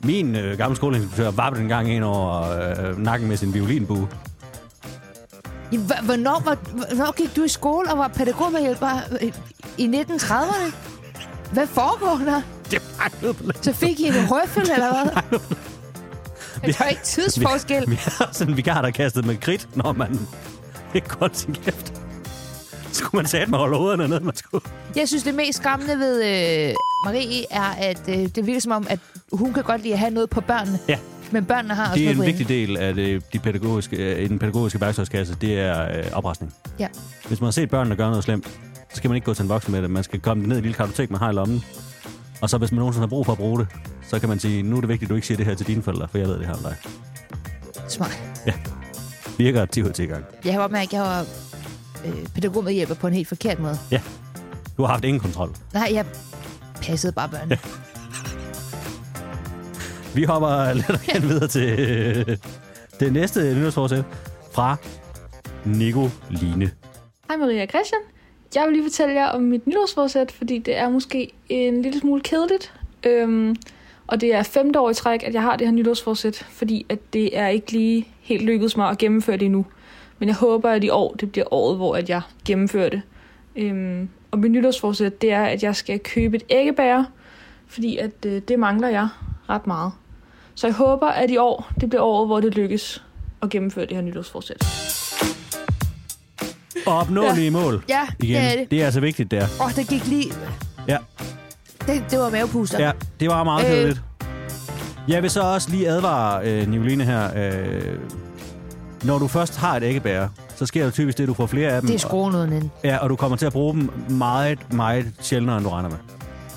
[SPEAKER 2] Min øh, gamle skoleinstruktør vappede en gang ind over øh, nakken med sin violinbue.
[SPEAKER 3] Jamen, hva- Hvornår, var, hvornår gik du i skole og var pædagogmedhjælper øh, i 1930'erne? Hvad foregår der?
[SPEAKER 2] Det pakkede på
[SPEAKER 3] Så fik I en røffel, eller hvad? Der er ikke tidsforskel.
[SPEAKER 2] Vi, vi har sådan en vikar, der kastede med kridt, når man ikke holdt sin kæft. Så skulle man sætte med holde hovederne ned, man skulle.
[SPEAKER 3] Jeg synes, det mest skræmmende ved øh, Marie er, at øh, det virker som om, at hun kan godt lide at have noget på børnene.
[SPEAKER 2] Ja.
[SPEAKER 3] Men børnene har også
[SPEAKER 2] Det er
[SPEAKER 3] noget
[SPEAKER 2] en
[SPEAKER 3] på
[SPEAKER 2] vigtig del af det, de pædagogiske, øh, den pædagogiske værktøjskasse, det er øh, oprestning.
[SPEAKER 3] hende. Ja.
[SPEAKER 2] Hvis man har set børnene gøre noget slemt, så skal man ikke gå til en voksen med det. Man skal komme det ned i en lille kartotek, man har i lommen. Og så hvis man nogensinde har brug for at bruge det, så kan man sige, nu er det vigtigt, at du ikke siger det her til dine forældre, for jeg ved det her om dig.
[SPEAKER 3] Smart.
[SPEAKER 2] Virker 10 ud af 10 gange.
[SPEAKER 3] Jeg har godt mærket, at jeg var øh, pædagogmedhjælper på en helt forkert måde.
[SPEAKER 2] Du har haft ingen kontrol.
[SPEAKER 3] Nej, jeg passede bare børnene.
[SPEAKER 2] Vi hopper lidt igen videre til øh, det næste nyhedsforsæt fra Nicoline.
[SPEAKER 8] Hej Maria og Christian. Jeg vil lige fortælle jer om mit nytårsforsæt, fordi det er måske en lille smule kedeligt. Øhm, og det er femte år i træk, at jeg har det her nytårsforsæt, fordi at det er ikke lige helt lykkedes mig at gennemføre det endnu. Men jeg håber, at i år, det bliver året, hvor at jeg gennemfører det. Øhm, og mit nytårsforsæt, det er, at jeg skal købe et æggebær, fordi at øh, det mangler jeg ret meget. Så jeg håber, at i år, det bliver året, hvor det lykkes at gennemføre det her nytårsforsæt.
[SPEAKER 2] Og opnåelige ja. mål.
[SPEAKER 3] Ja,
[SPEAKER 2] Igen.
[SPEAKER 3] det er det.
[SPEAKER 2] det er altså vigtigt, der.
[SPEAKER 3] Åh, oh, der gik lige...
[SPEAKER 2] Ja.
[SPEAKER 3] Det, det var mavepuster.
[SPEAKER 2] Ja, det var meget
[SPEAKER 3] Øh.
[SPEAKER 2] kedeligt. Jeg vil så også lige advare øh, Nicoline her. Øh, når du først har et æggebær, så sker der typisk det, at du får flere af dem.
[SPEAKER 3] Det er skruen uden ende.
[SPEAKER 2] Ja, og du kommer til at bruge dem meget, meget sjældnere, end du regner med.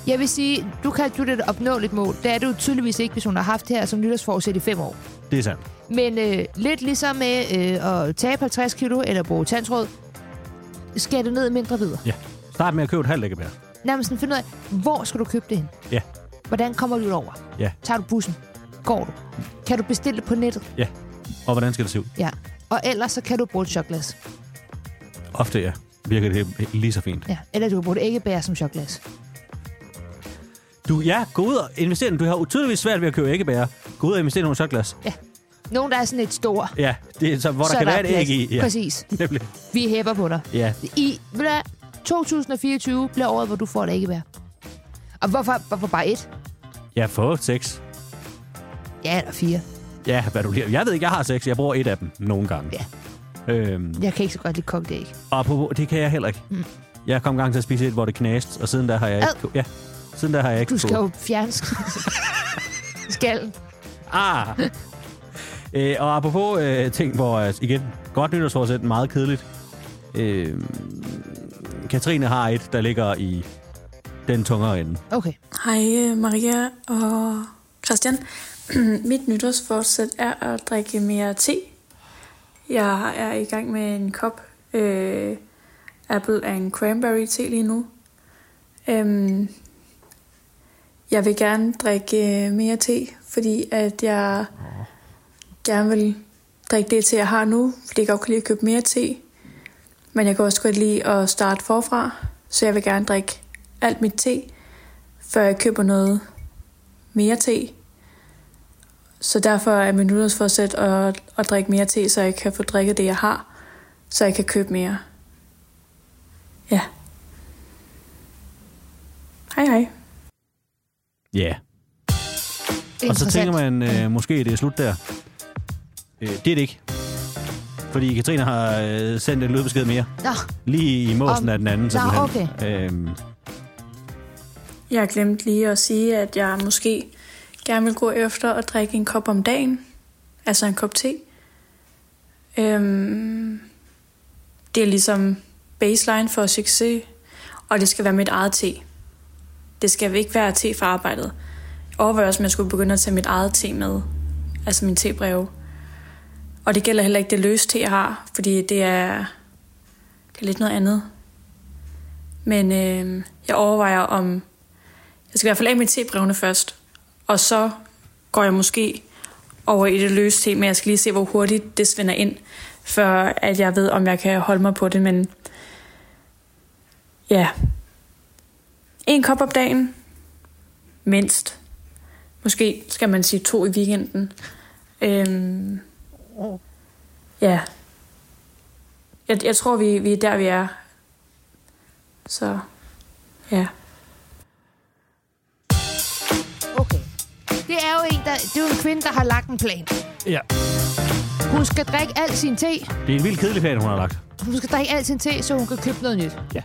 [SPEAKER 3] Jeg vil sige, du kaldte jo det et opnåeligt mål. Det er det jo tydeligvis ikke, hvis hun har haft det her som nytårsforsæt i fem år.
[SPEAKER 2] Det er sandt.
[SPEAKER 3] Men øh, lidt ligesom med øh, at tabe 50 kilo eller bruge tandtråd, skal det ned i mindre videre.
[SPEAKER 2] Ja. Start med at købe et halvt æggebær.
[SPEAKER 3] Nærmest sådan finde ud af, hvor skal du købe det hen?
[SPEAKER 2] Ja.
[SPEAKER 3] Hvordan kommer du over?
[SPEAKER 2] Ja.
[SPEAKER 3] Tager du bussen? Går du? Kan du bestille det på nettet?
[SPEAKER 2] Ja. Og hvordan skal det se ud?
[SPEAKER 3] Ja. Og ellers så kan du bruge et chokglas.
[SPEAKER 2] Ofte, ja. Virker det lige så fint.
[SPEAKER 3] Ja. Eller du kan bruge et æggebær som chokglas.
[SPEAKER 2] Du, ja, gå ud og investere. den. Du har utydeligvis svært ved at købe æggebær. Gå ud og investere i nogle chokglas.
[SPEAKER 3] Nogen, der er sådan lidt store.
[SPEAKER 2] Ja, det, er så, hvor der
[SPEAKER 3] så
[SPEAKER 2] kan
[SPEAKER 3] er
[SPEAKER 2] være et
[SPEAKER 3] plads.
[SPEAKER 2] æg i. Ja,
[SPEAKER 3] Præcis.
[SPEAKER 2] Nemlig.
[SPEAKER 3] Vi hæpper på dig.
[SPEAKER 2] Ja.
[SPEAKER 3] I ved du hvad, 2024 bliver året, hvor du får et æggebær. Og hvorfor, hvorfor bare et?
[SPEAKER 2] ja, få seks.
[SPEAKER 3] Ja, eller fire.
[SPEAKER 2] Ja, hvad du lige. Jeg ved ikke, jeg har seks. Jeg bruger et af dem nogle gange.
[SPEAKER 3] Ja.
[SPEAKER 2] Øhm,
[SPEAKER 3] Jeg kan ikke så godt lide kogt æg.
[SPEAKER 2] og på, det kan jeg heller ikke. Mm. Jeg kom gang til at spise et, hvor det knast, og siden der har jeg ikke...
[SPEAKER 3] Ad.
[SPEAKER 2] ku- Ja, siden der har jeg ikke
[SPEAKER 3] Du skal
[SPEAKER 2] ku-
[SPEAKER 3] jo fjerne sk- skallen.
[SPEAKER 2] Ah! øh, og apropos øh, ting, hvor... Øh, igen, godt nytårsforsæt, meget kedeligt. Øh, Katrine har et, der ligger i den tungere ende.
[SPEAKER 3] Okay.
[SPEAKER 9] Hej øh, Maria og Christian. Mit nytårsforsæt er at drikke mere te. Jeg er i gang med en kop øh, apple and cranberry te lige nu. Øhm, jeg vil gerne drikke øh, mere te, fordi at jeg gerne vil drikke det te, jeg har nu, fordi jeg godt kan lide at købe mere te. Men jeg kan også godt lide at starte forfra, så jeg vil gerne drikke alt mit te før jeg køber noget mere te. Så derfor er min nytårsforsæt at, at drikke mere te, så jeg kan få drikket det, jeg har, så jeg kan købe mere. Ja. Hej hej.
[SPEAKER 2] Ja. Yeah. Og så
[SPEAKER 3] Interessant.
[SPEAKER 2] tænker man, øh, måske det er slut der. Øh, det er det ikke. Fordi Katrine har øh, sendt en lydbesked mere.
[SPEAKER 3] Nå,
[SPEAKER 2] Lige i måsen
[SPEAKER 3] Om-
[SPEAKER 2] af den anden,
[SPEAKER 3] Nå,
[SPEAKER 2] simpelthen. Øhm,
[SPEAKER 9] Jeg glemte lige at sige, at jeg måske gerne vil gå efter at drikke en kop om dagen. Altså en kop te. Øhm, det er ligesom baseline for succes, og det skal være mit eget te. Det skal ikke være te fra arbejdet. Jeg overvejer også, om jeg skulle begynde at tage mit eget te med. Altså min tebreve. Og det gælder heller ikke det løs te, jeg har, fordi det er, Det er lidt noget andet. Men øh, jeg overvejer om... Jeg skal i hvert fald af med tebrevene først. Og så går jeg måske over i det løse te, men jeg skal lige se, hvor hurtigt det svinder ind, før at jeg ved, om jeg kan holde mig på det. Men ja, en kop om dagen, mindst. Måske skal man sige to i weekenden. Øhm, ja. Jeg, jeg tror, vi, vi er der, vi er. Så ja.
[SPEAKER 3] Okay. Det er jo en, der, det er jo en kvinde, der har lagt en plan.
[SPEAKER 2] Ja.
[SPEAKER 3] Hun skal drikke al sin te.
[SPEAKER 2] Det er en vild kedelig plan, hun har lagt.
[SPEAKER 3] Hun skal drikke al sin te, så hun kan købe noget nyt.
[SPEAKER 2] Ja.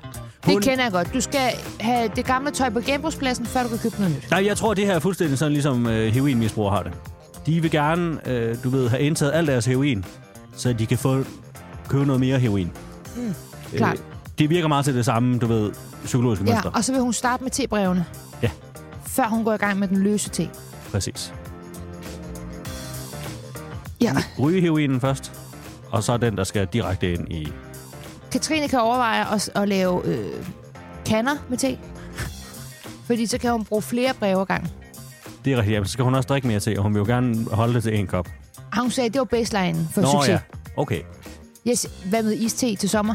[SPEAKER 3] Det kender jeg godt. Du skal have det gamle tøj på genbrugspladsen, før du kan købe noget nyt.
[SPEAKER 2] Nej, jeg tror, det her er fuldstændig sådan, ligesom øh, heroinmisbrugere har det. De vil gerne, øh, du ved, have indtaget al deres heroin, så de kan få købe noget mere heroin. Mm,
[SPEAKER 3] klart.
[SPEAKER 2] det virker meget til det samme, du ved, psykologiske
[SPEAKER 3] Ja,
[SPEAKER 2] mønster.
[SPEAKER 3] og så vil hun starte med tebrevene.
[SPEAKER 2] Ja.
[SPEAKER 3] Før hun går i gang med den løse te.
[SPEAKER 2] Præcis.
[SPEAKER 3] Ja.
[SPEAKER 2] Ryge heroinen først, og så den, der skal direkte ind i...
[SPEAKER 3] Katrine kan overveje at, at lave øh, kanner med te. Fordi så kan hun bruge flere breve ad gangen.
[SPEAKER 2] Det er rigtigt, ja, men så skal hun også drikke mere til, og hun vil jo gerne holde det til en kop.
[SPEAKER 3] Ah, hun sagde, at det var baseline for
[SPEAKER 2] ja,
[SPEAKER 3] succes.
[SPEAKER 2] okay.
[SPEAKER 3] Ja. Yes, hvad med iste til sommer?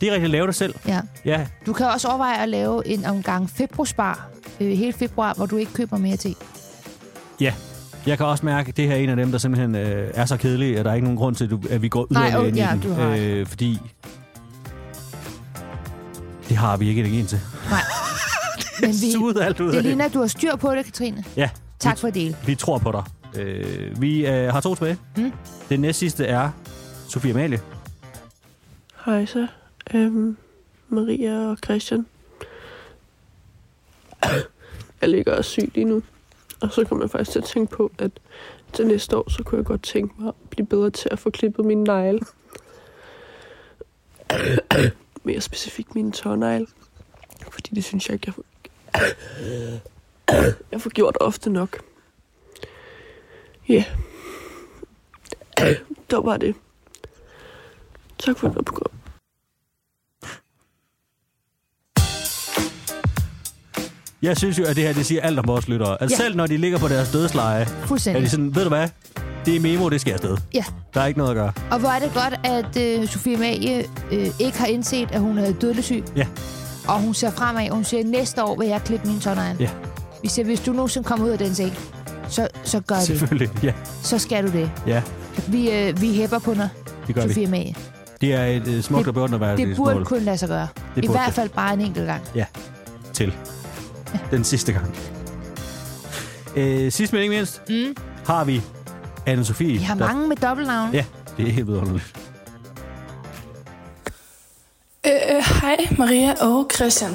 [SPEAKER 2] Det er rigtigt, lave det selv.
[SPEAKER 3] Ja.
[SPEAKER 2] Ja,
[SPEAKER 3] Du kan også overveje at lave en omgang februarspar øh, hele februar, hvor du ikke køber mere te.
[SPEAKER 2] ja. Jeg kan også mærke, at det her er en af dem, der simpelthen øh, er så kedelig, at der er ikke nogen grund til, at du- at vi går
[SPEAKER 3] Nej,
[SPEAKER 2] yderligere
[SPEAKER 3] okay,
[SPEAKER 2] ind i
[SPEAKER 3] ja,
[SPEAKER 2] den.
[SPEAKER 3] du har ret.
[SPEAKER 2] øh, fordi det har vi ikke energien til.
[SPEAKER 3] Men vi,
[SPEAKER 2] Sud alt ud af
[SPEAKER 3] det
[SPEAKER 2] det.
[SPEAKER 3] ligner, at du har styr på det, Katrine.
[SPEAKER 2] Ja,
[SPEAKER 3] Tak for at dele.
[SPEAKER 2] vi tror på dig. Øh, vi øh, har to tilbage.
[SPEAKER 3] Mm.
[SPEAKER 2] Den næste sidste er Sofie Amalie.
[SPEAKER 5] Hej så, øhm, Maria og Christian. Jeg ligger og syg lige nu. Og så kom jeg faktisk til at tænke på, at til næste år, så kunne jeg godt tænke mig at blive bedre til at få klippet mine negle. Mere specifikt mine tårnegle. Fordi det synes jeg ikke, jeg får, jeg får gjort ofte nok. Ja. Yeah. Der var det. Tak for et godt program.
[SPEAKER 2] Jeg synes jo, at det her det siger alt om vores lyttere. Altså
[SPEAKER 3] Ja.
[SPEAKER 2] selv når de ligger på deres dødsleje, er
[SPEAKER 3] Fuldstændig.
[SPEAKER 2] de sådan, ved du hvad? Det er memo, det skal afsted.
[SPEAKER 3] Ja.
[SPEAKER 2] Der er ikke noget at gøre.
[SPEAKER 3] Og hvor er det godt, at øh, Sofie Malie øh, ikke har indset, at hun er dødelig syg.
[SPEAKER 2] Ja.
[SPEAKER 3] Og hun ser fremad. Hun siger, næste år vil jeg klippe min tårnegle.
[SPEAKER 2] Ja.
[SPEAKER 3] Vi siger, hvis du nogensinde kommer ud af den seng, så, så gør det.
[SPEAKER 2] Selvfølgelig. Ja,
[SPEAKER 3] Så skal du det.
[SPEAKER 2] ja
[SPEAKER 3] Vi, øh, vi hæpper på dig,
[SPEAKER 2] det gør vi.
[SPEAKER 3] Sofie Malie.
[SPEAKER 2] Det er et øh, smukt
[SPEAKER 3] Det-
[SPEAKER 2] og beundreværdigt
[SPEAKER 3] Det burde
[SPEAKER 2] mål
[SPEAKER 3] kun lade sig gøre. I
[SPEAKER 2] burde
[SPEAKER 3] hvert
[SPEAKER 2] det.
[SPEAKER 3] fald bare en enkelt gang.
[SPEAKER 2] til. Den sidste gang. Øh, sidst men ikke mindst
[SPEAKER 3] Mm.
[SPEAKER 2] har vi Anne-Sophie.
[SPEAKER 3] Vi har
[SPEAKER 2] der-
[SPEAKER 3] mange med dobbeltnavn.
[SPEAKER 2] Ja, det er helt vidunderligt.
[SPEAKER 5] Øh, øh, hej Maria og Christian.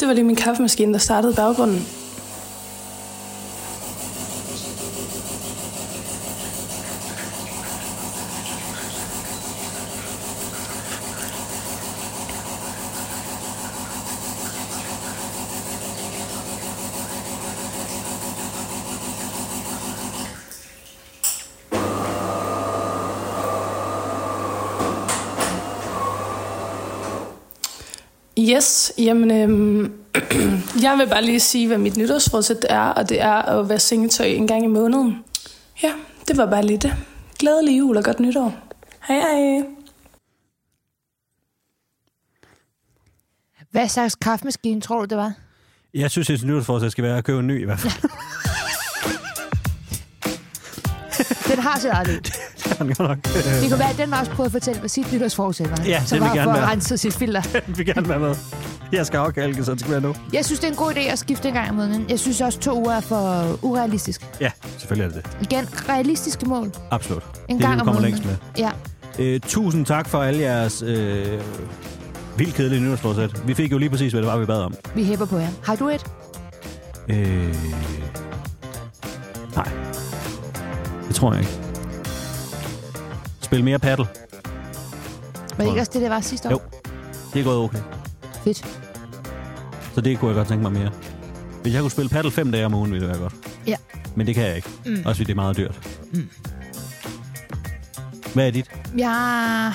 [SPEAKER 5] Det var lige min kaffemaskine, der startede i baggrunden. Yes, jamen, øhm, jeg vil bare lige sige, hvad mit nytårsforsæt er, og det er at være sengetøj en gang i måneden. Ja, det var bare lige det. Glædelig jul og godt nytår.
[SPEAKER 9] Hej hej.
[SPEAKER 3] Hvad slags kaffemaskine tror du, det var?
[SPEAKER 2] Jeg synes, at nyhedsforsæt skal være at købe en ny i hvert fald.
[SPEAKER 3] Den har sit eget liv.
[SPEAKER 2] Det er den godt nok. øh,
[SPEAKER 3] Det kunne være, at den også prøvede at fortælle, hvad sit nytårsforsæt var.
[SPEAKER 2] Ja,
[SPEAKER 3] så
[SPEAKER 2] det vil
[SPEAKER 3] bare
[SPEAKER 2] gerne
[SPEAKER 3] for at
[SPEAKER 2] være.
[SPEAKER 3] rense sit filter.
[SPEAKER 2] Jeg vil gerne være med. Jeg skal også kalke, så det skal være nu.
[SPEAKER 3] Jeg synes, det er en god idé at skifte en gang i måneden. Jeg synes også, to uger er for urealistisk.
[SPEAKER 2] Ja, selvfølgelig er det det.
[SPEAKER 3] Igen, realistiske mål.
[SPEAKER 2] Absolut.
[SPEAKER 3] En
[SPEAKER 2] det er
[SPEAKER 3] gang
[SPEAKER 2] det, du
[SPEAKER 3] om
[SPEAKER 2] kommer
[SPEAKER 3] måneden.
[SPEAKER 2] længst med.
[SPEAKER 3] Ja,
[SPEAKER 2] Øh, tusind tak for alle jeres øh, vildt kedelige nyhedsforsæt. Vi fik jo lige præcis, hvad det var, vi bad om.
[SPEAKER 3] vi hæpper på jer. Har du et?
[SPEAKER 2] Øh... Nej. Det tror jeg ikke. Spil mere paddle.
[SPEAKER 3] Var det ikke også det, der var sidste år?
[SPEAKER 2] Jo. Det er gået okay.
[SPEAKER 3] Fedt.
[SPEAKER 2] Så det kunne jeg godt tænke mig mere. Hvis jeg kunne spille paddle fem dage om ugen, ville det være godt.
[SPEAKER 3] Ja.
[SPEAKER 2] Men det kan jeg ikke. Mm. Også fordi det er meget dyrt. Mm. Hvad er dit?
[SPEAKER 3] Jeg,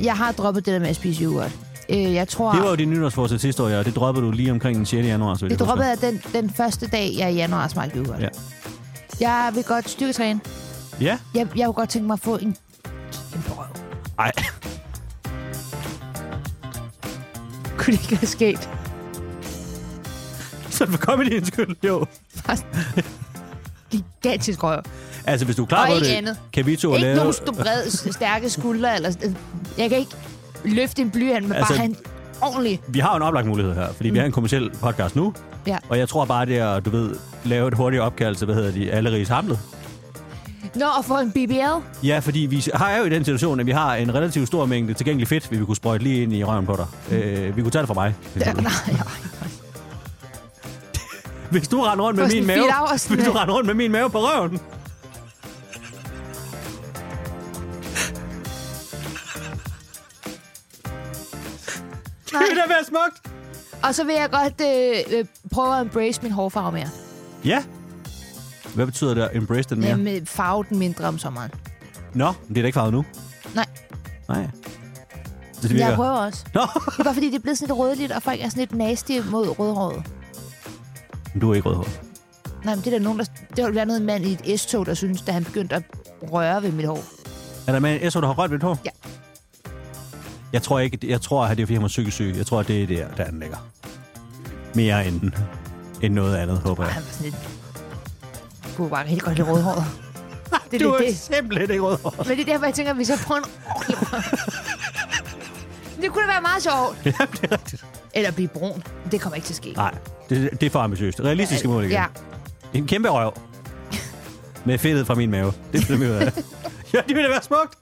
[SPEAKER 3] jeg har droppet det der med at spise yoghurt. Øh, jeg tror,
[SPEAKER 2] Det var jo din nytårsforsæt sidste år, ja, og det droppede du lige omkring den 6. januar. Så vidt
[SPEAKER 3] det
[SPEAKER 2] jeg husker.
[SPEAKER 3] droppede jeg den, den første dag, jeg i januar smagte yoghurt.
[SPEAKER 2] Ja.
[SPEAKER 3] Jeg vil godt styrketræne.
[SPEAKER 2] Ja?
[SPEAKER 3] Jeg, jeg kunne godt tænke mig at få en kæmpe røv.
[SPEAKER 2] Ej,
[SPEAKER 3] Kunne det ikke være sket?
[SPEAKER 2] så for comedyens skyld, jo.
[SPEAKER 3] Gigantisk røv.
[SPEAKER 2] Altså, hvis du er klar
[SPEAKER 3] Og
[SPEAKER 2] på
[SPEAKER 3] ikke
[SPEAKER 2] det,
[SPEAKER 3] andet.
[SPEAKER 2] kan vi to
[SPEAKER 3] Ikke
[SPEAKER 2] lave...
[SPEAKER 3] nogen stor bred, s- stærke skuldre. Eller, sådan. jeg kan ikke løfte en blyant, men
[SPEAKER 2] Altså-
[SPEAKER 3] altså, bare have en ordentlig...
[SPEAKER 2] Vi har jo en oplagt mulighed her, fordi mm. vi har en kommersiel podcast nu,
[SPEAKER 3] Ja.
[SPEAKER 2] og jeg tror bare, det er, at, du ved, lave et hurtigt opkald til, hvad hedder de, Allerigs Hamlet.
[SPEAKER 3] Nå, og få en BBL.
[SPEAKER 2] Ja, fordi vi har er jo i den situation, at vi har en relativt stor mængde tilgængelig fedt, vi vil kunne sprøjte lige ind i røven på dig. Øh, vi kunne tage det fra mig. hvis
[SPEAKER 3] Ja,
[SPEAKER 2] du vil.
[SPEAKER 3] nej, nej.
[SPEAKER 2] Hvis du render rundt med
[SPEAKER 3] For
[SPEAKER 2] min
[SPEAKER 3] sådan
[SPEAKER 2] mave,
[SPEAKER 3] fire øh. hours,
[SPEAKER 2] hvis du
[SPEAKER 3] ja.
[SPEAKER 2] render rundt med min mave på røven. Det vil da være smukt.
[SPEAKER 3] Og så vil jeg godt øh, øh, prøve at embrace min hårfarve mere.
[SPEAKER 2] Ja. Hvad betyder det at embrace den
[SPEAKER 3] Ja.
[SPEAKER 2] mere?
[SPEAKER 3] Jamen, øh, farve den mindre om sommeren.
[SPEAKER 2] Nå, men det er da ikke farvet nu.
[SPEAKER 3] Nej.
[SPEAKER 2] Nej.
[SPEAKER 3] Jeg
[SPEAKER 2] Det virker.
[SPEAKER 3] prøver også.
[SPEAKER 2] Nå,
[SPEAKER 3] Det er bare fordi, det er blevet sådan lidt rødligt, og folk er sådan lidt nasty mod rødhåret.
[SPEAKER 2] Men du er ikke rødhåret.
[SPEAKER 3] Nej, men det er der nogen, der... Det var blandt andet en mand i et S-tog, der synes, da han begyndte at røre ved mit hår.
[SPEAKER 2] Er der med en SO, der har rørt ved dit hår?
[SPEAKER 3] Ja.
[SPEAKER 2] Jeg tror ikke, jeg tror, at det er, fordi han var psykisk syg. Jeg tror, det er der, der den ligger. Mere end, end noget andet, håber
[SPEAKER 3] Og
[SPEAKER 2] jeg.
[SPEAKER 3] han var sådan lidt... Jeg kunne bare helt godt lide rødhåret. Det er
[SPEAKER 2] Du
[SPEAKER 3] lidt
[SPEAKER 2] er
[SPEAKER 3] det.
[SPEAKER 2] simpelthen ikke rødhåret.
[SPEAKER 3] Men det er derfor, jeg tænker, at vi så prøver en ordentlig røv. Det kunne da være meget sjovt.
[SPEAKER 2] Jamen, det er rigtigt.
[SPEAKER 3] Eller blive brun. Det kommer ikke til at ske.
[SPEAKER 2] Nej, det, det er for ambitiøst. Realistiske mål igen.
[SPEAKER 3] Ja.
[SPEAKER 2] En kæmpe røv. Med fedtet fra min mave. Det finder vi ud af. ja, det ville da være smukt.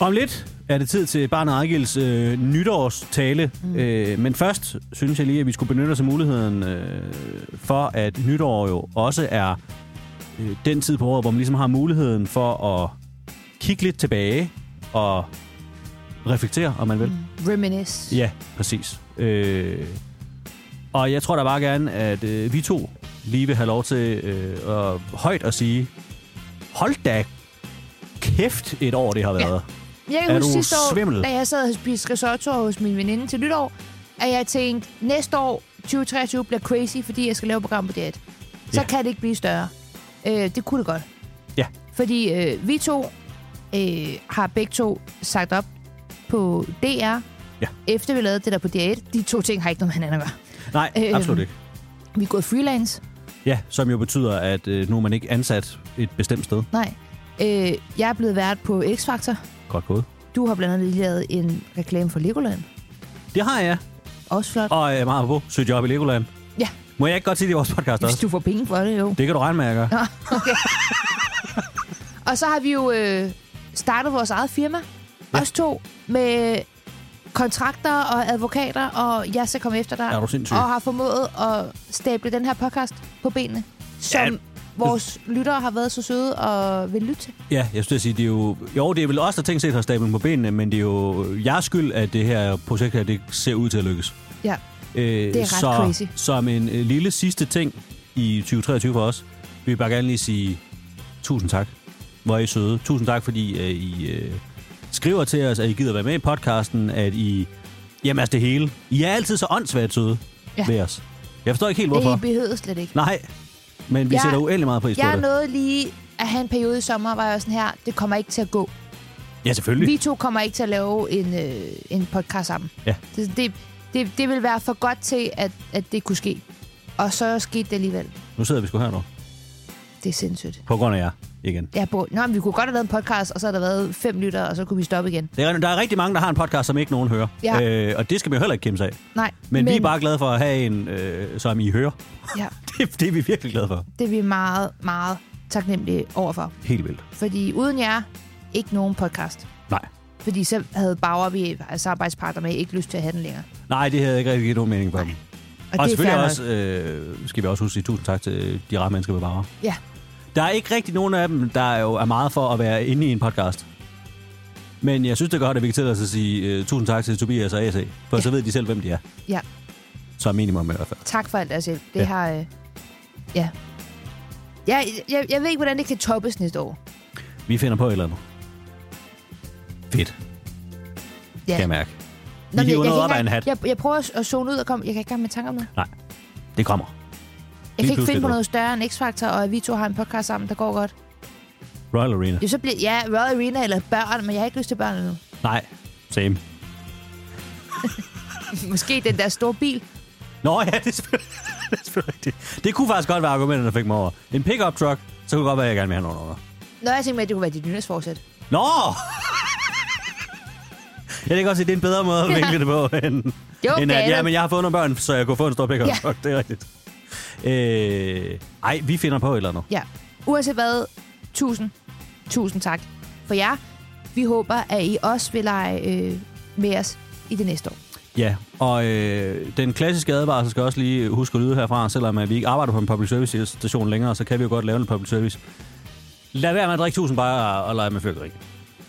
[SPEAKER 2] Om lidt er det tid til Barnet Ejgils øh, nytårstale. Mm. Øh, men først synes jeg lige, at vi skulle benytte os af muligheden øh, for, at nytår jo også er øh, den tid på året, hvor man ligesom har muligheden for at kigge lidt tilbage og reflektere, om man vil. Mm.
[SPEAKER 3] Reminisce.
[SPEAKER 2] Ja, præcis. Øh, og jeg tror da bare gerne, at øh, vi to lige vil have lov til øh, at højt at sige, hold da kæft et år, det har været.
[SPEAKER 3] Jeg
[SPEAKER 2] Er
[SPEAKER 3] kan huske
[SPEAKER 2] du
[SPEAKER 3] sidste år,
[SPEAKER 2] svimmel?
[SPEAKER 3] da jeg sad og spiste risotto hos min veninde til nytår, at jeg tænkte, næste år, 2023, bliver crazy, fordi jeg skal lave et program på DR1. Så
[SPEAKER 2] Ja.
[SPEAKER 3] kan det ikke blive større. Øh, det kunne det godt.
[SPEAKER 2] Ja.
[SPEAKER 3] Fordi øh, vi to øh, har begge to sagt op på DR,
[SPEAKER 2] Ja.
[SPEAKER 3] efter vi lavede det der på DR1. De to ting har ikke noget med hinanden at gøre.
[SPEAKER 2] Nej, øh,
[SPEAKER 3] Øh,
[SPEAKER 2] absolut ikke.
[SPEAKER 3] Vi er gået freelance.
[SPEAKER 2] Ja, som jo betyder, at øh, nu er man ikke ansat et bestemt sted.
[SPEAKER 3] Nej. Øh, jeg er blevet vært på X-Factor.
[SPEAKER 2] Godt gået.
[SPEAKER 3] Du har blandt andet lige lavet en reklame for Legoland.
[SPEAKER 2] Det har jeg.
[SPEAKER 3] Også flot.
[SPEAKER 2] Og øh, meget på, søgt job i Legoland.
[SPEAKER 3] Ja.
[SPEAKER 2] Må jeg ikke godt sige det i vores podcast
[SPEAKER 3] Hvis
[SPEAKER 2] også?
[SPEAKER 3] du får penge for det, jo.
[SPEAKER 2] Det kan du regne med, jeg gør. Ja.
[SPEAKER 3] Og så har vi jo øh, startet vores eget firma. Ja. Os to. Med kontrakter og advokater, og jeg skal komme efter dig.
[SPEAKER 2] Er du sindssyg?
[SPEAKER 3] og har formået at stable den her podcast på benene, som
[SPEAKER 2] Ja.
[SPEAKER 3] ja. vores lyttere har været så søde og vil lytte til.
[SPEAKER 2] Ja, jeg skulle til at sige, det er jo... Jo, det er vel også der ting set har stablet på benene, men det er jo jeres skyld, at det her projekt her, det ser ud til at lykkes.
[SPEAKER 3] Ja.
[SPEAKER 2] Øh, det
[SPEAKER 3] er ret
[SPEAKER 2] så,
[SPEAKER 3] crazy.
[SPEAKER 2] Som en øh, lille sidste ting i 2023 for os, vil vi bare gerne lige sige tusind tak. Hvor er I søde. Tusind tak, fordi øh, I øh, skriver til os, at I gider være med i podcasten, at I... Jamen altså det hele. I er altid så åndssvagt søde ja.
[SPEAKER 3] Ja.
[SPEAKER 2] ved os. Jeg forstår ikke helt, hvorfor.
[SPEAKER 3] Det I behøvede slet ikke.
[SPEAKER 2] Nej, men vi
[SPEAKER 3] Jeg-
[SPEAKER 2] sætter uendelig meget pris på
[SPEAKER 3] Jeg
[SPEAKER 2] det.
[SPEAKER 3] nåede lige at have en periode i sommer, hvor jeg var sådan her, det kommer ikke til at gå.
[SPEAKER 2] Ja, selvfølgelig.
[SPEAKER 3] Vi to kommer ikke til at lave en, øh, en podcast sammen.
[SPEAKER 2] Ja.
[SPEAKER 3] Det, det, det, det vil være for godt til, at, at det kunne ske. Og så skete det alligevel.
[SPEAKER 2] Nu sidder vi sgu her nu.
[SPEAKER 3] Det er sindssygt.
[SPEAKER 2] På grund af jer igen.
[SPEAKER 3] Jeg på, Nå, men vi kunne godt have lavet en podcast, og så har der været fem lytter, og så kunne vi stoppe igen.
[SPEAKER 2] Det er, der er rigtig mange, der har en podcast, som ikke nogen hører.
[SPEAKER 3] Ja.
[SPEAKER 2] Øh, og det skal man jo heller ikke kæmpe sig af.
[SPEAKER 3] Nej,
[SPEAKER 2] Men, Men vi er bare glade for at have en, øh, som I hører.
[SPEAKER 3] Ja,
[SPEAKER 2] Det, det er vi virkelig glade for.
[SPEAKER 3] det er vi meget, meget taknemmelige overfor.
[SPEAKER 2] Helt vildt.
[SPEAKER 3] Fordi uden jer, ikke nogen podcast.
[SPEAKER 2] Nej.
[SPEAKER 3] Fordi så havde Bauer, vi altså arbejdspartner med, ikke lyst til at have den længere.
[SPEAKER 2] Nej, det havde ikke rigtig givet nogen mening for dem.
[SPEAKER 3] Og,
[SPEAKER 2] Og, og
[SPEAKER 3] det er fair
[SPEAKER 2] selvfølgelig
[SPEAKER 3] nok.
[SPEAKER 2] også, øh, skal vi også huske at sige tusind tak til de rare mennesker ved Bauer.
[SPEAKER 3] Ja.
[SPEAKER 2] Der er ikke rigtig nogen af dem, der jo er meget for at være inde i en podcast. Men jeg synes, det er godt, at vi kan tillade os at sige uh, tusind tak til Tobias og AC, for ja. så ved de selv, hvem de er.
[SPEAKER 3] Ja.
[SPEAKER 2] Så minimum i hvert fald.
[SPEAKER 3] Tak for alt deres hjælp. Det
[SPEAKER 2] Ja.
[SPEAKER 3] ja. har... Øh, ja. Jeg, jeg, jeg ved ikke, hvordan det kan toppes næste år.
[SPEAKER 2] Vi finder på et eller andet. Fedt,
[SPEAKER 3] Ja.
[SPEAKER 2] kan jeg mærke.
[SPEAKER 3] Nå, men
[SPEAKER 2] hiver
[SPEAKER 3] jeg,
[SPEAKER 2] noget
[SPEAKER 3] kan
[SPEAKER 2] op af
[SPEAKER 3] ikke
[SPEAKER 2] en
[SPEAKER 3] engang-
[SPEAKER 2] hat.
[SPEAKER 3] Jeg, jeg prøver at, at zone ud og komme. Jeg kan ikke komme med tanker om noget.
[SPEAKER 2] Det kommer.
[SPEAKER 3] Jeg kan ikke
[SPEAKER 2] pludselig
[SPEAKER 3] finde på
[SPEAKER 2] nu.
[SPEAKER 3] noget større end X-Factor, og at vi to har en podcast sammen, der går godt.
[SPEAKER 2] Royal Arena.
[SPEAKER 3] Jo, så bliver ja, Royal Arena eller børn, men jeg har ikke lyst til børn endnu.
[SPEAKER 2] Nej, same.
[SPEAKER 3] Måske den der store bil.
[SPEAKER 2] Nå ja, det er selvfølgelig, det er selvfølgelig rigtigt. Det kunne faktisk godt være argumentet, der fik mig over. En pickup truck, så kunne det godt være, at jeg gerne vil have nogen under.
[SPEAKER 3] Nå, jeg tænkte med, at det kunne være dit nytårsforsæt.
[SPEAKER 2] Nå! Jeg kan godt se, det er en bedre måde at vinkle det på,
[SPEAKER 3] Jo,
[SPEAKER 2] end, end at,
[SPEAKER 3] David.
[SPEAKER 2] ja, men jeg har fået nogle børn, så jeg kunne få en stor pickup
[SPEAKER 3] Ja.
[SPEAKER 2] truck. Det er rigtigt. Øh, ej, vi finder på et eller andet.
[SPEAKER 3] Ja. Uanset hvad, tusind, tusind tak for jer. Vi håber, at I også vil lege øh, med os i det næste år.
[SPEAKER 2] Ja, og øh, den klassiske advarsel skal også lige huske at lyde herfra, selvom at vi ikke arbejder på en public service station længere, så kan vi jo godt lave en public service. Lad være med at drikke tusind bare og lege med fyrkeri.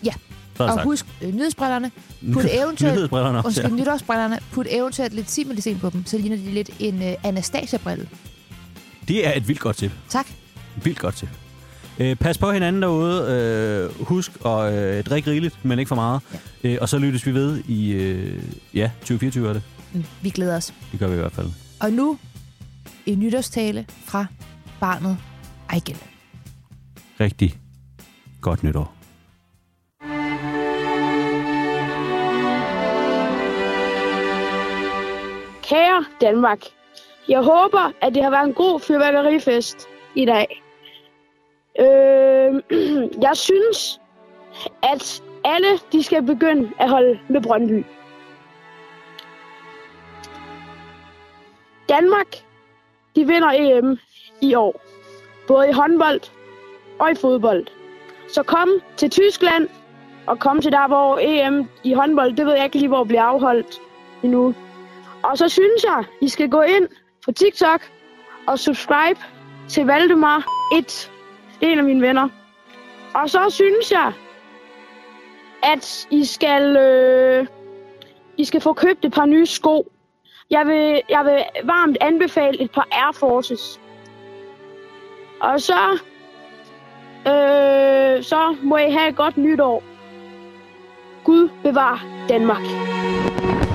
[SPEAKER 3] Ja.
[SPEAKER 2] Så er det
[SPEAKER 3] Og
[SPEAKER 2] sagt.
[SPEAKER 3] husk øh, nyhedsbrillerne. Put eventuelt,
[SPEAKER 2] Nyhedsbrillerne også,
[SPEAKER 3] undskyld,
[SPEAKER 2] ja.
[SPEAKER 3] nytårsbrillerne. Put eventuelt lidt simmelicin på dem, så ligner de lidt en øh, Anastasia-brille.
[SPEAKER 2] Det er et vildt godt tip.
[SPEAKER 3] Tak.
[SPEAKER 2] Vildt godt tip. Øh, pas på hinanden derude. Øh, husk at øh, drikke rigeligt, men ikke for meget. Ja. Øh, og så lyttes vi ved i øh, ja, 2024 er det.
[SPEAKER 3] Mm, Vi glæder os.
[SPEAKER 2] Det gør vi i hvert fald.
[SPEAKER 3] Og nu en nytårstale fra barnet Ejgel.
[SPEAKER 2] Rigtig godt nytår.
[SPEAKER 4] Kære Danmark, jeg håber, at det har været en god fyrværkerifest i dag. Øh, jeg synes, at alle de skal begynde at holde med Brøndby. Danmark, de vinder EM i år. Både i håndbold og i fodbold. Så kom til Tyskland, og kom til der, hvor EM i håndbold, det ved jeg ikke lige, hvor bliver afholdt endnu. Og så synes jeg, I skal gå ind på TikTok og subscribe til Valdemar 1. Det er en af mine venner. Og så synes jeg, at I skal, øh, I skal få købt et par nye sko. Jeg vil, jeg vil varmt anbefale et par Air Forces. Og så, øh, så må I have et godt nytår. Gud bevar Danmark.